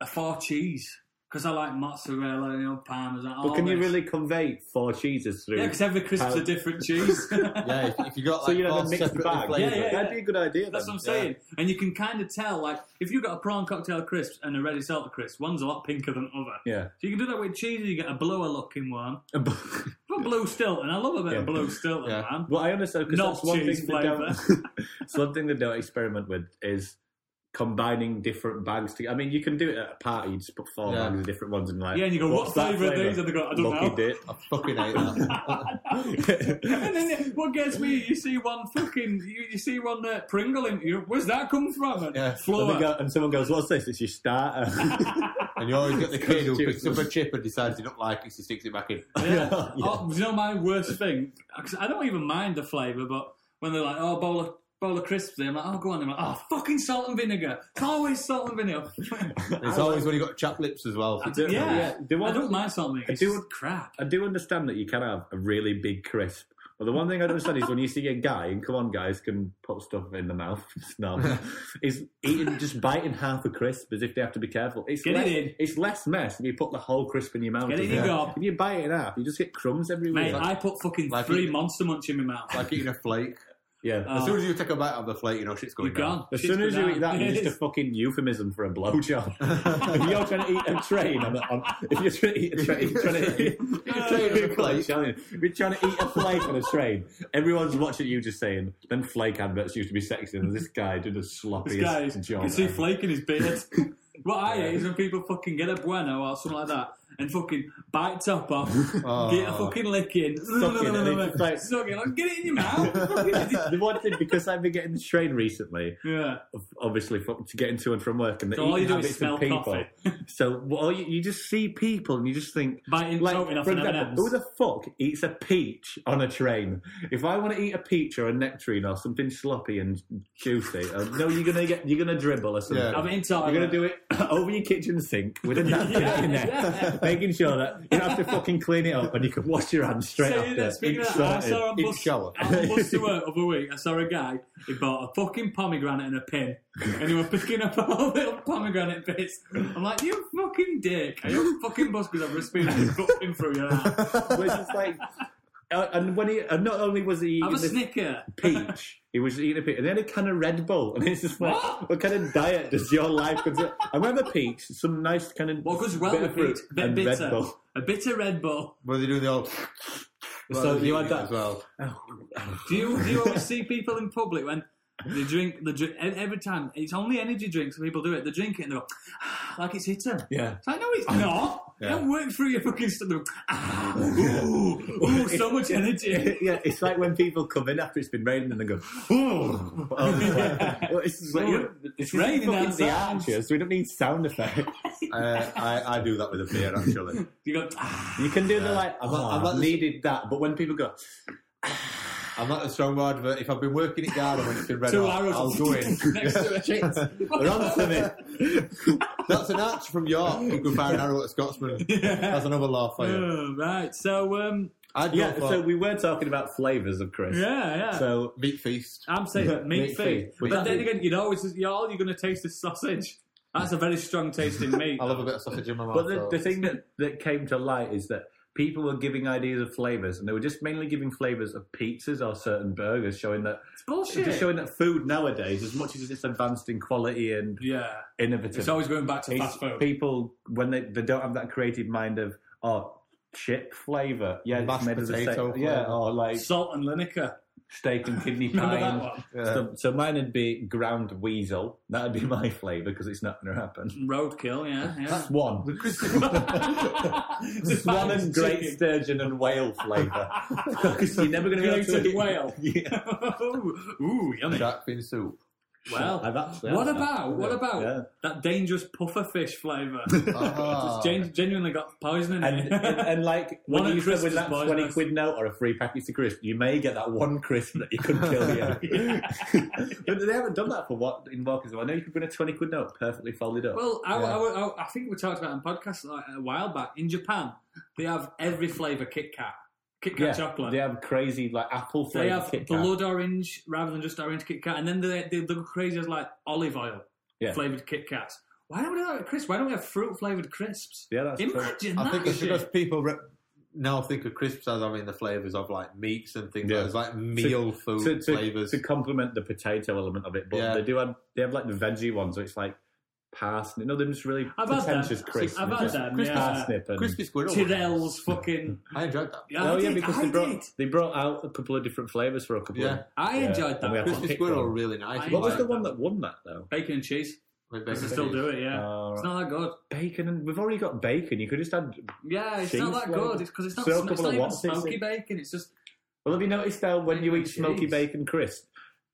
S2: a four cheese because I like mozzarella, you know, parmesan. all
S1: But can you
S2: this.
S1: really convey four cheeses through?
S2: Yeah, because every crisp's
S1: How-
S2: a different cheese.
S3: yeah, if, if you got like
S1: so you know
S3: four
S1: the mixed
S3: separate
S1: bag.
S3: flavours.
S2: Yeah, yeah,
S1: That'd be a good idea.
S2: That's what
S1: then.
S2: I'm saying. And you can kind of tell, like, if you've got a prawn cocktail crisp and a ready salted crisp, one's a lot pinker than the other.
S1: Yeah.
S2: So you can do that with cheese. You get a bluer looking one, but blue Stilton. I love a bit
S1: Yeah.
S2: of blue Stilton,
S3: Yeah.
S2: man.
S1: Well, I understand because
S2: Not
S1: that's one
S2: cheese
S1: thing they don't. it's one thing they don't experiment with is combining different bags together. I mean, you can do it at a party, just put four
S3: Yeah.
S1: bags of different ones in like.
S2: Yeah, and you go,
S1: what's
S2: what
S1: that
S2: flavour are
S1: flavour?
S2: these? And they go, I don't
S1: Lucky
S2: know.
S1: dip.
S3: I fucking hate that.
S2: and then it- what gets me, you see one fucking, you, you see one uh, Pringle in you. Where's that come from? And
S3: Yeah.
S1: And,
S2: Floor.
S1: they go, and someone goes, "What's this? It's your starter."
S3: and you always get the kid who picks up
S1: Constitutes.
S3: a chip and decides he don't like it, so he sticks it back in.
S2: Yeah.
S1: Yeah.
S2: Oh, you know my worst thing? 'Cause I don't even mind the flavour, but when they're like, oh, bowl of, bowl of crisps, there," I'm like, oh, go on. They're like, oh, fucking salt and vinegar. It's always salt and vinegar.
S3: And it's always when you got chap lips as well.
S1: I do-
S2: yeah.
S1: The
S2: I
S1: one-
S2: don't mind salt and vinegar. It's
S1: I do-
S2: just crap.
S1: I do understand that you can have a really big crisp. But the one thing I don't understand is when you see a guy, and come on, guys can put stuff in the mouth, it's normal, is eating, just biting half a crisp as if they have to be careful. It's,
S2: Get it
S1: less,
S2: in.
S1: it's less mess if you put the whole crisp in your mouth.
S2: Get it in
S1: isn't
S2: your gob.
S1: If you bite it up, you just get crumbs everywhere.
S2: Mate, I put fucking
S3: Like
S2: three
S3: it-
S2: Monster Munch in my mouth.
S3: It's like eating a flake.
S1: yeah.
S2: Oh,
S3: As soon as you take a bite of the flake, you know shit's going
S2: you're
S3: down.
S2: gone.
S1: As
S2: Shit's
S1: soon as you
S2: gone
S1: eat that,
S2: down.
S1: it's just a fucking euphemism for a blowjob. if you're trying to eat a train, on a, on, if you're trying to eat a train, you're trying to eat,
S3: a train on a plate.
S1: If you're trying to eat a flake on a train, everyone's watching you just saying, then flake adverts used to be sexy, and this guy did the sloppiest
S2: This guy, is- you
S1: job.
S2: can see
S1: ever.
S2: flake in his beard. what I hate is when people fucking get a bueno or something like that and fucking bite top off,
S3: Oh.
S2: get a fucking lick in,
S1: Suck it, and it's like-
S2: suck it, like, get it in your mouth.
S1: the one thing, because I've been getting trained recently,
S2: yeah.
S1: obviously for, to getting to and from work, and the
S2: So
S1: eating
S2: all you do is
S1: habits
S2: smell
S1: of people.
S2: coffee.
S1: so well, you, you just see people, and you just think,
S2: Biting
S1: Like,
S2: toe enough
S1: for
S2: and
S1: example,
S2: M&Ms.
S1: who the fuck eats a peach on a train? If I want to eat a peach or a nectarine or something sloppy and juicy, I know you're gonna get you're gonna dribble or something.
S3: Yeah.
S2: I'm in time.
S1: You're gonna do it over your kitchen sink with a napkin
S2: Yeah,
S1: in there.
S2: yeah.
S1: making sure that you don't have to fucking clean it up and you can wash your hands straight
S2: Saying
S1: after.
S2: that, speaking
S1: It's
S2: of that, I
S1: sorted.
S2: saw on
S3: in
S2: bus,
S3: shower.
S2: I was on bus to work other week. I saw a guy who bought a fucking pomegranate and a pin, and he was picking up all the little pomegranate bits. I'm like, you fucking dick! Are you a fucking bus because I've respiratory fucking through your eye?
S1: was just like, uh, and when he, and not only was he
S2: Have
S1: eating
S2: a
S1: this
S2: snicker.
S1: peach, he was eating a peach, and then a kind of Red Bull, and it's just like,
S2: What?
S1: what, kind of diet does your life consist? I remember peach, some nice kind of
S2: What goes well
S1: bit
S2: with
S1: of fruit
S2: peach? Bit
S1: and
S2: bitter.
S1: Red Bull.
S2: A bitter Red Bull.
S3: Well, they do the old.
S1: So
S3: Well,
S1: you had
S3: they do
S1: that-
S3: as well.
S2: Do you do you always see people in public when they drink the drink every time? It's only energy drinks. when People do it. They drink it and they go like it's hit 'em.
S1: Yeah,
S2: It's like, no, it's not.
S3: Yeah.
S2: Don't work through your fucking stomach. Ah, ooh, ooh, so much energy.
S1: yeah. It's like when people come in after it's been raining and they go, "Oh, well, it's, just like,
S2: Oh,
S1: you know,
S2: it's
S1: this is
S2: raining
S1: fucking the
S2: outside.
S1: Archers, so we don't need sound effects.
S3: Uh, I, I do that with a beer actually. "Ah."
S2: You go, ah,
S1: You can do the like,
S3: I'm not- I'm
S1: "Oh,
S3: not-
S1: needed that, but when people go, "Ah."
S3: I'm not a strong word, but if I've been working at garden when it's been red
S2: two
S3: hot,
S2: arrows
S3: I'll go in.
S2: next to it.
S1: they're on to me.
S3: That's an arch from York. You can fire an arrow at a Scotsman. That's another law for you.
S2: Oh, right, so um,
S3: I'd go
S1: Yeah,
S3: for
S1: so we were talking about flavours of Chris.
S2: yeah, yeah.
S1: So
S3: meat feast.
S2: I'm saying meat
S1: Meat
S2: feet.
S1: feet.
S2: But
S1: Meat
S2: then
S1: feet.
S2: again, you'd always you all you're going to taste is sausage. That's a very strong tasting meat.
S3: I love a bit of sausage in my mouth.
S1: But the,
S3: so-
S1: the thing that, that came to light is that people were giving ideas of flavors, and they were just mainly giving flavors of pizzas or certain burgers, showing that
S2: It's bullshit.
S1: just showing that food nowadays, as much as it's advanced in quality and
S2: yeah,
S1: innovative,
S2: it's always going back to
S1: it's
S2: fast food.
S1: people when they, they don't have that creative mind of oh chip flavor, yeah, it's
S3: Mashed
S1: made as a
S3: potato
S1: steak- yeah,
S3: flavour.
S1: or like
S2: Salt and Lineker.
S1: steak and kidney
S2: Remember
S1: pie.
S2: that
S1: and-
S2: one?
S3: Yeah.
S1: So, so mine would be ground weasel. That'd be my flavor because it's not going to happen.
S2: Roadkill. Yeah, yeah.
S1: Swan.
S2: Just
S1: Swan
S2: bangers
S1: and great
S2: chicken.
S1: sturgeon and whale flavour. Because you're never going to be able to
S2: Grated
S1: eat-
S2: whale.
S1: Yeah.
S2: Ooh, yummy.
S3: shark fin soup.
S2: Well,
S1: I've actually.
S2: what
S1: had that.
S2: about what about
S1: Yeah.
S2: that dangerous puffer fish flavour?
S3: Ah.
S2: It's gen- genuinely got poison in
S1: And,
S2: it.
S1: and, and like when
S2: One
S1: you
S2: at
S1: used to
S2: Christmas,
S1: win that
S2: boys,
S1: twenty
S2: nice.
S1: quid note or a free package to crisp, you may get that one crisp that you could kill you. but they haven't done that for what in Walkers. I know you could win a twenty quid note perfectly folded up.
S2: well, I,
S3: Yeah.
S2: I- I- I think we talked about it on podcast like, a while back. In Japan, they have every flavour Kit Kat, Kit Kat
S1: yeah,
S2: chocolate.
S1: they have crazy like apple
S2: They
S1: flavour
S2: have
S1: Kit Kat.
S2: blood orange rather than just orange Kit Kat, and then they they, they go crazy as like olive oil
S1: Yeah.
S2: flavoured Kit Kats. Why don't we do that, Chris? Why don't we have fruit flavoured crisps?
S1: Yeah, that's true.
S2: Imagine
S3: I
S2: that
S3: think it's
S2: shit.
S3: because people re- now think of crisps as having the flavours of like meats and things
S1: Yeah.
S3: like like meal food
S1: to, to,
S3: flavours.
S1: to complement the potato element of it, but
S3: Yeah.
S1: they do have they have like the veggie ones, so it's like parsnip. No, they're just really
S2: I've had
S1: pretentious
S2: them.
S1: crisp.
S2: I've had
S1: Just
S2: them,
S1: crisp
S2: yeah.
S1: parsnip and
S3: Crispy squirrel.
S2: Tyrell's fucking.
S3: I enjoyed that.
S2: Yeah,
S1: oh
S2: I
S1: yeah,
S2: did,
S1: because
S2: I
S1: they brought
S2: did.
S1: they brought out a couple of different flavors for a couple.
S3: Yeah.
S1: of
S2: I
S1: Yeah,
S2: enjoyed
S1: and we had
S2: that. one.
S1: to
S3: Crispy
S1: pick
S3: squirrel,
S1: one.
S3: really nice.
S2: I
S1: What was
S2: like
S1: the one that won that though?
S2: Bacon and cheese.
S3: Like
S2: I
S3: bacon
S2: can still
S3: cheese.
S2: do it. Yeah,
S1: Oh,
S2: it's
S1: right.
S2: not that good.
S1: Bacon and we've already got bacon. You could just add.
S2: Yeah, it's
S1: Cheese
S2: not that
S1: flavour.
S2: good. It's because it's not.
S1: So a
S2: sm- it's
S1: couple
S2: not
S1: of
S2: even
S1: what's in
S2: smoky
S1: it?
S2: bacon. It's just
S1: Well, have you noticed though when you
S2: Bacon
S1: eat smoky
S2: cheese.
S1: bacon crisp,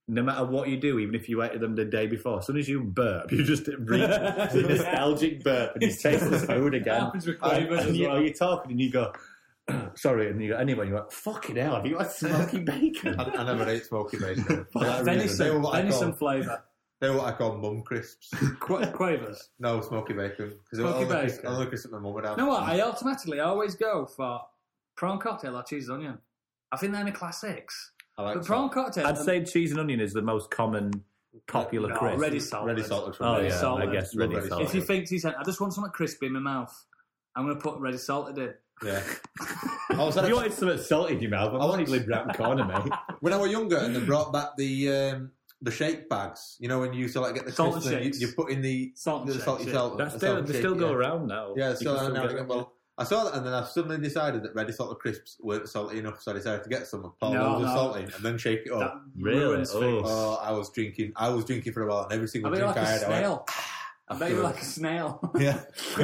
S1: no matter what you do, even if you ate them the day before, as soon as you burp, you just re- the nostalgic burp and you taste the food
S2: it
S1: again.
S2: happens
S1: And,
S2: with flavours
S1: and
S2: as
S1: you,
S2: well.
S1: you're talking and you go, sorry, and you go, anyway, you're like, fucking hell, have you got smoky bacon?
S3: I, I never ate smoky bacon. For that reason. They were
S2: Venison,
S3: what I
S2: venison
S3: call
S2: flavour.
S3: they were what I call mum crisps.
S2: Qua- Quavers.
S3: No smoky bacon because
S2: Smoky
S3: only, crisp-
S2: bacon.
S3: only crisps that my mum would have.
S2: You know what? I automatically always go for prawn cocktail or cheese and onion. I think they're my classics.
S3: I like
S2: But prawn cocktail. um,
S1: I'd say cheese and onion is the most common popular
S2: no,
S1: crisp.
S2: ready salt.
S3: ready salt looks
S1: Oh
S2: Ready
S1: yeah,
S3: amazing.
S2: salted.
S1: I guess
S3: Ready
S1: ready
S3: salted.
S2: If he
S1: salted.
S2: thinks he's, I just want something crispy in my mouth. I'm going to put ready salted in.
S3: Yeah. I was at
S1: If
S3: a
S1: you wanted something salted in your mouth,
S3: I
S1: I'm
S3: want-
S1: only lived round the corner, mate.
S3: When I was younger, and they brought back the um, the shake bags. You know, when you used to like get the
S2: Salt and
S3: crisps and you,
S2: shakes.
S3: you put in the
S2: Salt and
S3: the
S2: shakes,
S3: salt
S2: yeah.
S3: yourself.
S1: That's
S3: the
S1: still,
S3: salt
S1: they
S3: shake,
S1: still go
S3: yeah.
S1: around now.
S3: Yeah,
S1: You
S3: still
S1: can
S3: around
S1: get
S3: now and again.
S1: them.
S3: Well, I saw that, and then I suddenly decided that ready salted crisps weren't salty enough, so I decided to get some and pour
S2: No,
S3: loads of
S2: no.
S3: salt in, and then shake it
S2: That
S3: up.
S1: Oh, Really?
S2: ruins things.
S3: Oh, I was drinking. I was drinking for a while, and
S2: I
S3: every single
S2: bet
S3: drink
S2: you're like
S3: I
S2: a
S3: had, I went,
S2: snail. I bet you're like a snail.
S3: yeah.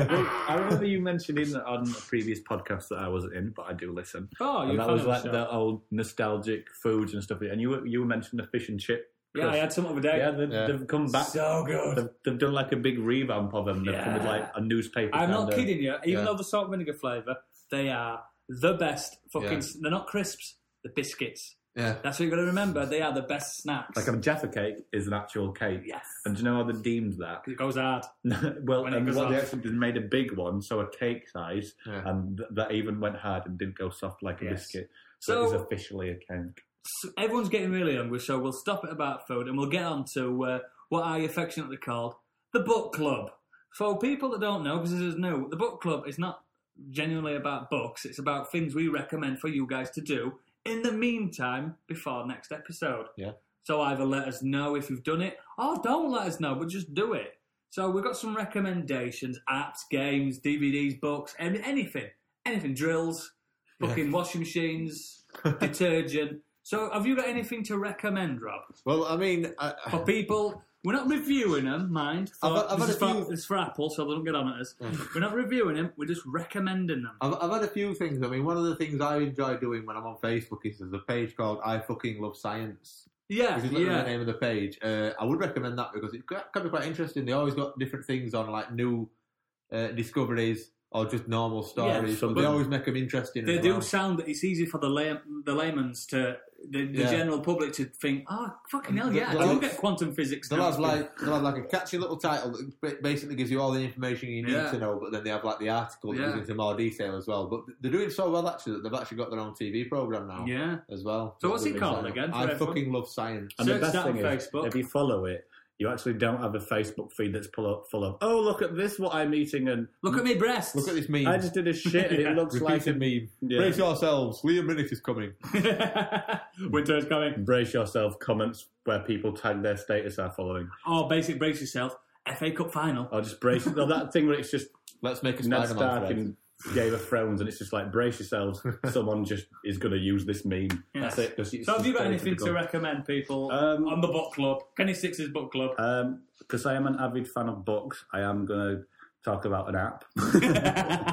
S1: I remember you mentioning on a previous podcast that I was in, but I do listen.
S2: Oh,
S1: and
S2: you're
S1: that
S2: kind
S1: was
S2: of a
S1: like
S2: show.
S1: the old nostalgic foods and stuff. And you were, you were mentioning the fish and chip.
S2: Yeah, I had some other day.
S1: Yeah, they,
S3: Yeah.
S1: they've come back.
S2: So good.
S1: They've, they've done like a big revamp of them. They've come with
S2: Yeah.
S1: like a newspaper.
S2: I'm not
S1: kind of-
S2: kidding you. Even
S3: Yeah.
S2: though the salt and vinegar flavour, they are the best fucking.
S3: Yeah.
S2: s They're not crisps. The biscuits.
S3: Yeah.
S2: That's what you've got to remember. They are the best snacks.
S1: Like a Jaffa cake is an actual cake.
S2: yes.
S1: And do you know how they deemed that?
S2: It goes hard.
S1: well,
S2: When it
S1: and
S2: goes
S1: what they
S2: off.
S1: actually did, made a big one, so a cake size,
S3: Yeah.
S1: and th- that even went hard and didn't go soft like a
S2: Yes.
S1: biscuit. So,
S2: So,
S1: it is officially a cake.
S2: so everyone's getting really hungry, so we'll stop it about food and we'll get on to uh, what I affectionately called the book club. For people that don't know, because this is new, the book club is not genuinely about books, it's about things we recommend for you guys to do in the meantime before next episode.
S3: Yeah.
S2: So either let us know if you've done it or don't let us know, but just do it. So we've got some recommendations apps, games, DVDs, books, any- anything. Anything, drills,
S3: Yeah.
S2: fucking washing machines, detergent. So, have you got anything to recommend, Rob?
S3: Well, I mean, I, I-
S2: For people, we're not reviewing them, mind. For,
S3: I've-
S2: this,
S3: I've had
S2: is
S3: a
S2: for,
S3: few-
S2: this is for Apple, so they don't get on at us.
S3: Mm. Oh,
S2: We're not reviewing them, we're just recommending them.
S3: I've, I've had a few things. I mean, one of the things I enjoy doing when I'm on Facebook is there's a page called "I Fucking Love Science,"
S2: Yeah,
S3: which is literally the
S2: yeah.
S3: name of the page. Uh, I would recommend that because it ca- can be quite interesting. They always got different things on, like new uh, discoveries or just normal stories.
S1: some
S3: but they
S1: of-
S3: always make them interesting.
S2: They
S3: as
S2: do
S3: well.
S2: sound that it's easy for the lay, the layman's to the, the
S3: Yeah.
S2: general public to think, oh fucking hell,
S3: The-
S2: yeah,
S3: the
S2: I do
S3: lads-
S2: get quantum physics.
S3: They'll
S2: now."
S3: have like they'll have like a catchy little title that ba- basically gives you all the information you need
S2: Yeah.
S3: to know, but then they have like the article that
S2: Yeah.
S3: goes into more detail as well. But they're doing so well actually that they've actually got their own TV program now
S2: yeah.
S3: as well.
S2: So what's
S3: That's
S2: it
S3: really
S2: called
S3: exciting.
S2: again for
S3: I
S2: everyone?
S3: fucking love science.
S1: And
S2: Search
S1: the best
S2: that on
S1: thing is,
S2: Facebook.
S1: if you follow it, you actually don't have a Facebook feed that's pull up, full of, oh, look at this, what I'm eating, and
S2: Look at me breasts.
S3: Look at this meme.
S1: I just did a shit, and it looks like
S3: Repeated
S1: a
S3: meme.
S1: Yeah.
S3: Brace yourselves. Liam Minnick is coming.
S2: Winter's coming.
S1: Brace yourself comments where people tag their status are following.
S2: Oh, basic brace yourself. FA Cup final.
S3: Oh,
S1: Or just brace, or that thing where it's just
S3: Let's make a
S1: Ned
S3: Spider-Man
S1: Stark
S3: thread.
S1: in Game of Thrones, and it's just like brace yourselves. Someone just is going to use this meme.
S2: Yes.
S1: That's it. 'cause it's
S2: So, have you got
S1: very
S2: anything to
S1: typical.
S2: recommend people
S1: Um,
S2: on the book club? Kenny Six's book club.
S1: Um, because I am an avid fan of books, I am going to talk about an app.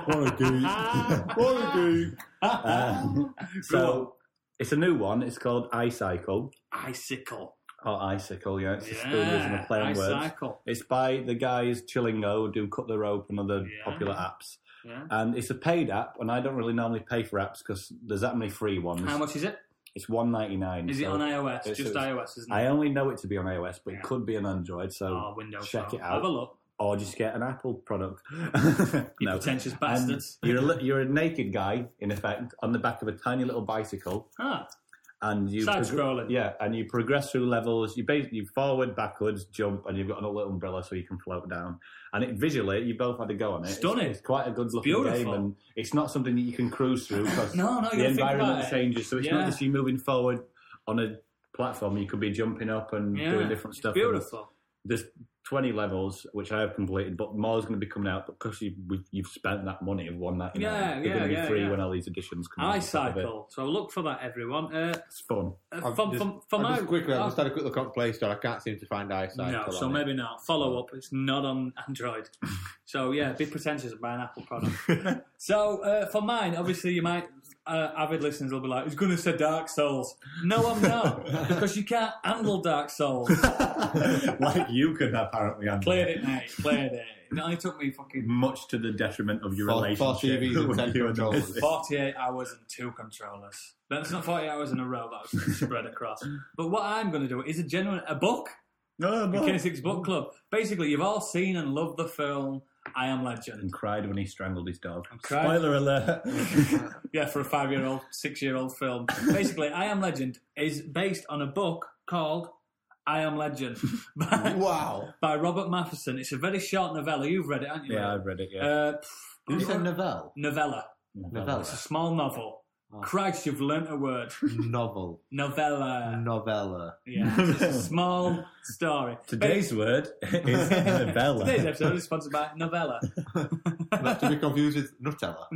S3: What a goose. What a goose.
S1: Um, so it's a new one. It's called iCycle
S2: Icicle.
S1: or Icicle. Yeah, it's a school using
S2: Yeah,
S1: a play on words.
S2: Icicle.
S1: It's by the guys Chillingo, do Cut the Rope and other
S2: Yeah.
S1: popular apps.
S2: Yeah.
S1: And it's a paid app, and I don't really normally pay for apps because there's that many free ones.
S2: How much is it?
S1: It's one ninety nine.
S2: Is it on iOS?
S1: it's-
S2: Just
S1: it's-
S2: iOS, isn't it?
S1: I only know it to be on iOS, but
S2: Yeah.
S1: it could be on Android. So,
S2: oh, Windows.
S1: check
S2: phone.
S1: it out.
S2: Have a look.
S1: or just get an Apple product.
S2: You pretentious bastards.
S1: And You're a, li- you're a naked guy, in effect, on the back of a tiny little bicycle,
S2: Ah,
S1: and you
S2: side
S1: progr-
S2: scrolling.
S1: yeah, and you progress through levels. You bas you forward, backwards, jump, and you've got an little umbrella so you can float down. And it visually, you both had a go on it. It's-
S2: Stunning.
S1: It's, quite a good looking
S2: Beautiful.
S1: game, and it's not something that you can cruise through because
S2: No, no,
S1: the
S2: you gotta think about
S1: environment
S2: it.
S1: changes. So it's not
S2: Yeah.
S1: just you moving forward on a platform. You could be jumping up and
S2: Yeah.
S1: doing different stuff. and-
S2: Beautiful.
S1: there's 20 levels which I have completed, but more's going to be coming out because you, we've, you've spent that money of one that.
S2: Yeah,
S1: they're
S2: yeah,
S1: going to be
S2: yeah,
S1: free
S2: yeah.
S1: when all these editions come out. and stuff like that.
S2: Icicle. So look for that, everyone. Uh,
S1: It's fun.
S2: uh,
S3: I've
S2: from,
S3: just-
S2: from, from
S3: I
S2: my
S3: just quickly, I
S2: oh,
S3: just had a quick look on Play Store. I can't seem to find iSight.
S2: No, so maybe not. Follow up. It's not on Android. so yeah, be pretentious and buy an Apple product. so uh, for mine, obviously, you might uh, avid listeners will be like, "He's going to say Dark Souls." No, I'm not, because you can't handle Dark Souls.
S1: like you can apparently handle
S2: Played
S1: it.
S2: it, mate. Played it. It only took me fucking
S1: Much to the detriment of your
S3: Four- four
S1: relationship.
S3: TVs and
S1: with
S3: ten
S1: you and
S3: controllers.
S1: Mrs.
S2: 48 hours and two controllers. That's not 48 hours in a row. That was spread across. But what I'm going to do is a genuine a book.
S1: No,
S2: The
S1: no.
S2: Kenny Six Book Club. Basically, you've all seen and loved the film I Am Legend.
S1: And cried when he strangled his dog.
S2: I'm crying.
S1: Spoiler alert.
S2: Yeah, for a five year old, six year old film. Basically, I Am Legend is based on a book called I Am Legend by,
S3: Wow.
S2: by Robert Matheson. It's a very short novella. You've read it, haven't you?
S1: yeah,
S2: Ray?
S1: I've read it, yeah.
S2: Uh, pff,
S3: Who said Novell?
S2: novella.
S1: Novella.
S2: It's a small novel.
S3: Oh.
S2: Christ, you've learnt a word.
S3: Novel.
S2: Novella.
S3: Novella.
S2: Yeah, it's a small story.
S1: Today's word is novella.
S2: Today's episode is sponsored by Novella.
S3: Not to be confused with Nutella.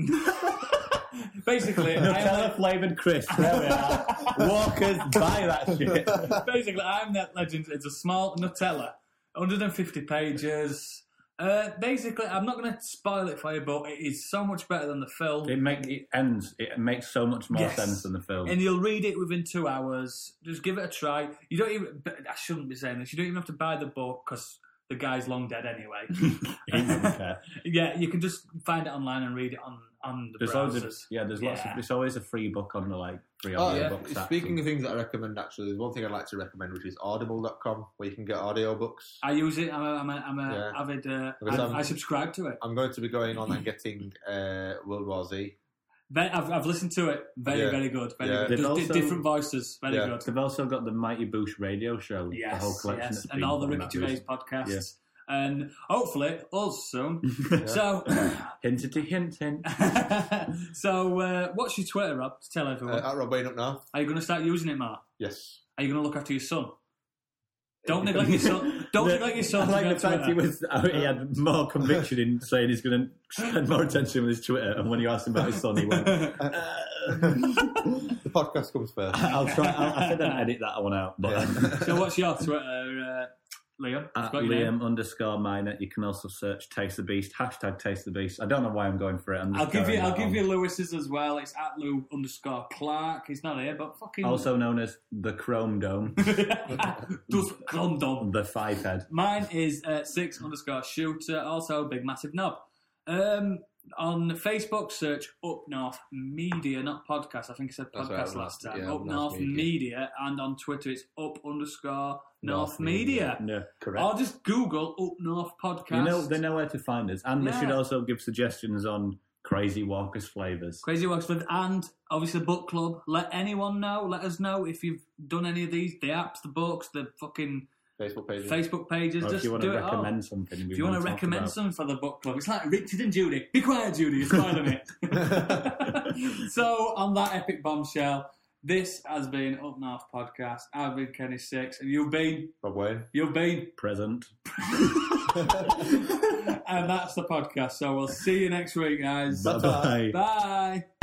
S2: Basically, I Am
S1: Nutella flavoured crisp. There we are. Walkers, buy that shit.
S2: basically, I'm that legend. It's a small Nutella, 150 pages. Uh, basically, I'm not going to spoil it for you, but it is so much better than the film,
S1: It make it ends. It makes so much more
S2: Yes.
S1: sense than the film.
S2: and you'll read it within two hours. Just give it a try. You don't even. but I shouldn't be saying this. You don't even have to buy the book because the guy's long dead anyway.
S1: He doesn't care.
S2: yeah, you can just find it online and read it on on the
S1: There's loads of
S2: browsers.
S1: yeah. There's lots.
S2: Yeah.
S1: Of, there's always a free book on the like free
S3: Oh,
S1: audio
S3: yeah.
S1: book. stats
S3: Speaking
S1: and-
S3: of things that I recommend, actually, there's one thing I'd like to recommend, which is audible.com, where you can get audiobooks.
S2: I use it. I'm a, I'm a, I'm a
S3: Yeah.
S2: avid. Uh,
S3: Because
S2: I,
S3: I'm-
S2: I subscribe to it.
S3: I'm going to be going on and getting uh, World War Z.
S2: Ve- I've, I've listened to it. Very,
S3: Yeah.
S2: very good. Very
S3: Yeah.
S1: They've
S2: good. There's di-
S1: also-
S2: different voices. Very
S3: Yeah.
S2: good.
S1: They've also got the Mighty Boosh radio show. the whole
S2: Yes,
S1: collection
S2: yes.
S1: that's
S2: and
S1: been
S2: all the
S1: on
S2: Ricky
S1: that
S2: Gervais
S1: recently.
S2: podcasts,
S1: Yeah.
S2: and hopefully us soon. So,
S1: Hintity hint hint.
S2: so uh, what's your Twitter, Rob? To tell everyone,
S3: Uh, at Rob Wayne Up North.
S2: are you going to start using it, Mark?
S3: Yes.
S2: Are you going to look after your son? Don't neglect your son. Don't
S1: The-
S2: neglect your son.
S1: I
S2: to
S1: like
S2: go
S1: the
S2: to uh,
S1: fact he
S2: Twitter.
S1: was oh, he had more conviction in saying he's going to spend more attention with his Twitter, and when you asked him about his son, he went, "Uh."
S3: The podcast comes first.
S1: "I'll try." I'll, I think I'll edit that one out. But
S3: Yeah.
S2: So what's your Twitter, uh, Leon? I've
S1: at
S2: got your name.
S1: Liam underscore minor, you can also search Taste the Beast hashtag Taste the Beast. I don't know why I'm going for it. I'm just
S2: I'll give
S1: going
S2: you. I'll
S1: that
S2: give
S1: on.
S2: you Lewis's as well. It's at Lou underscore Clark. He's not here, but fucking.
S1: Also known as the Chrome Dome,
S2: does condom.
S1: the Five Head.
S2: Mine is uh, six underscore shooter, also big massive knob. Um, on Facebook, search Up North Media, not podcast. I think I said
S3: That's
S2: podcast
S3: right, Up
S2: last
S3: North-
S2: time.
S3: yeah,
S2: up North, Media. and on Twitter it's Up underscore North,
S3: North
S2: Media.
S1: Yeah, correct.
S2: Or just Google Up North Podcast.
S1: You know, they know where to find us, and they should
S2: Yeah.
S1: also give suggestions on Crazy Walkers flavors.
S2: Crazy Works Live and obviously Book Club. Let anyone know. Let us know if you've done any of these the apps, the books, the fucking
S3: Facebook page.
S2: Facebook pages.
S1: Or
S2: just
S1: if you want
S2: do
S1: to
S2: it all.
S1: recommend something, we
S2: If you want to
S1: talk
S2: recommend
S1: about.
S2: some for the book club, it's like Richard and Judy. Be quiet, Judy. You're spoiling it. so, on that epic bombshell, this has been Up North Podcast. I've been Kenny Six, and you've been,
S3: Rob Wayne.
S2: you've been,
S1: present.
S2: and that's the podcast. So, we'll see you next week, guys.
S1: Bye bye.
S2: Bye.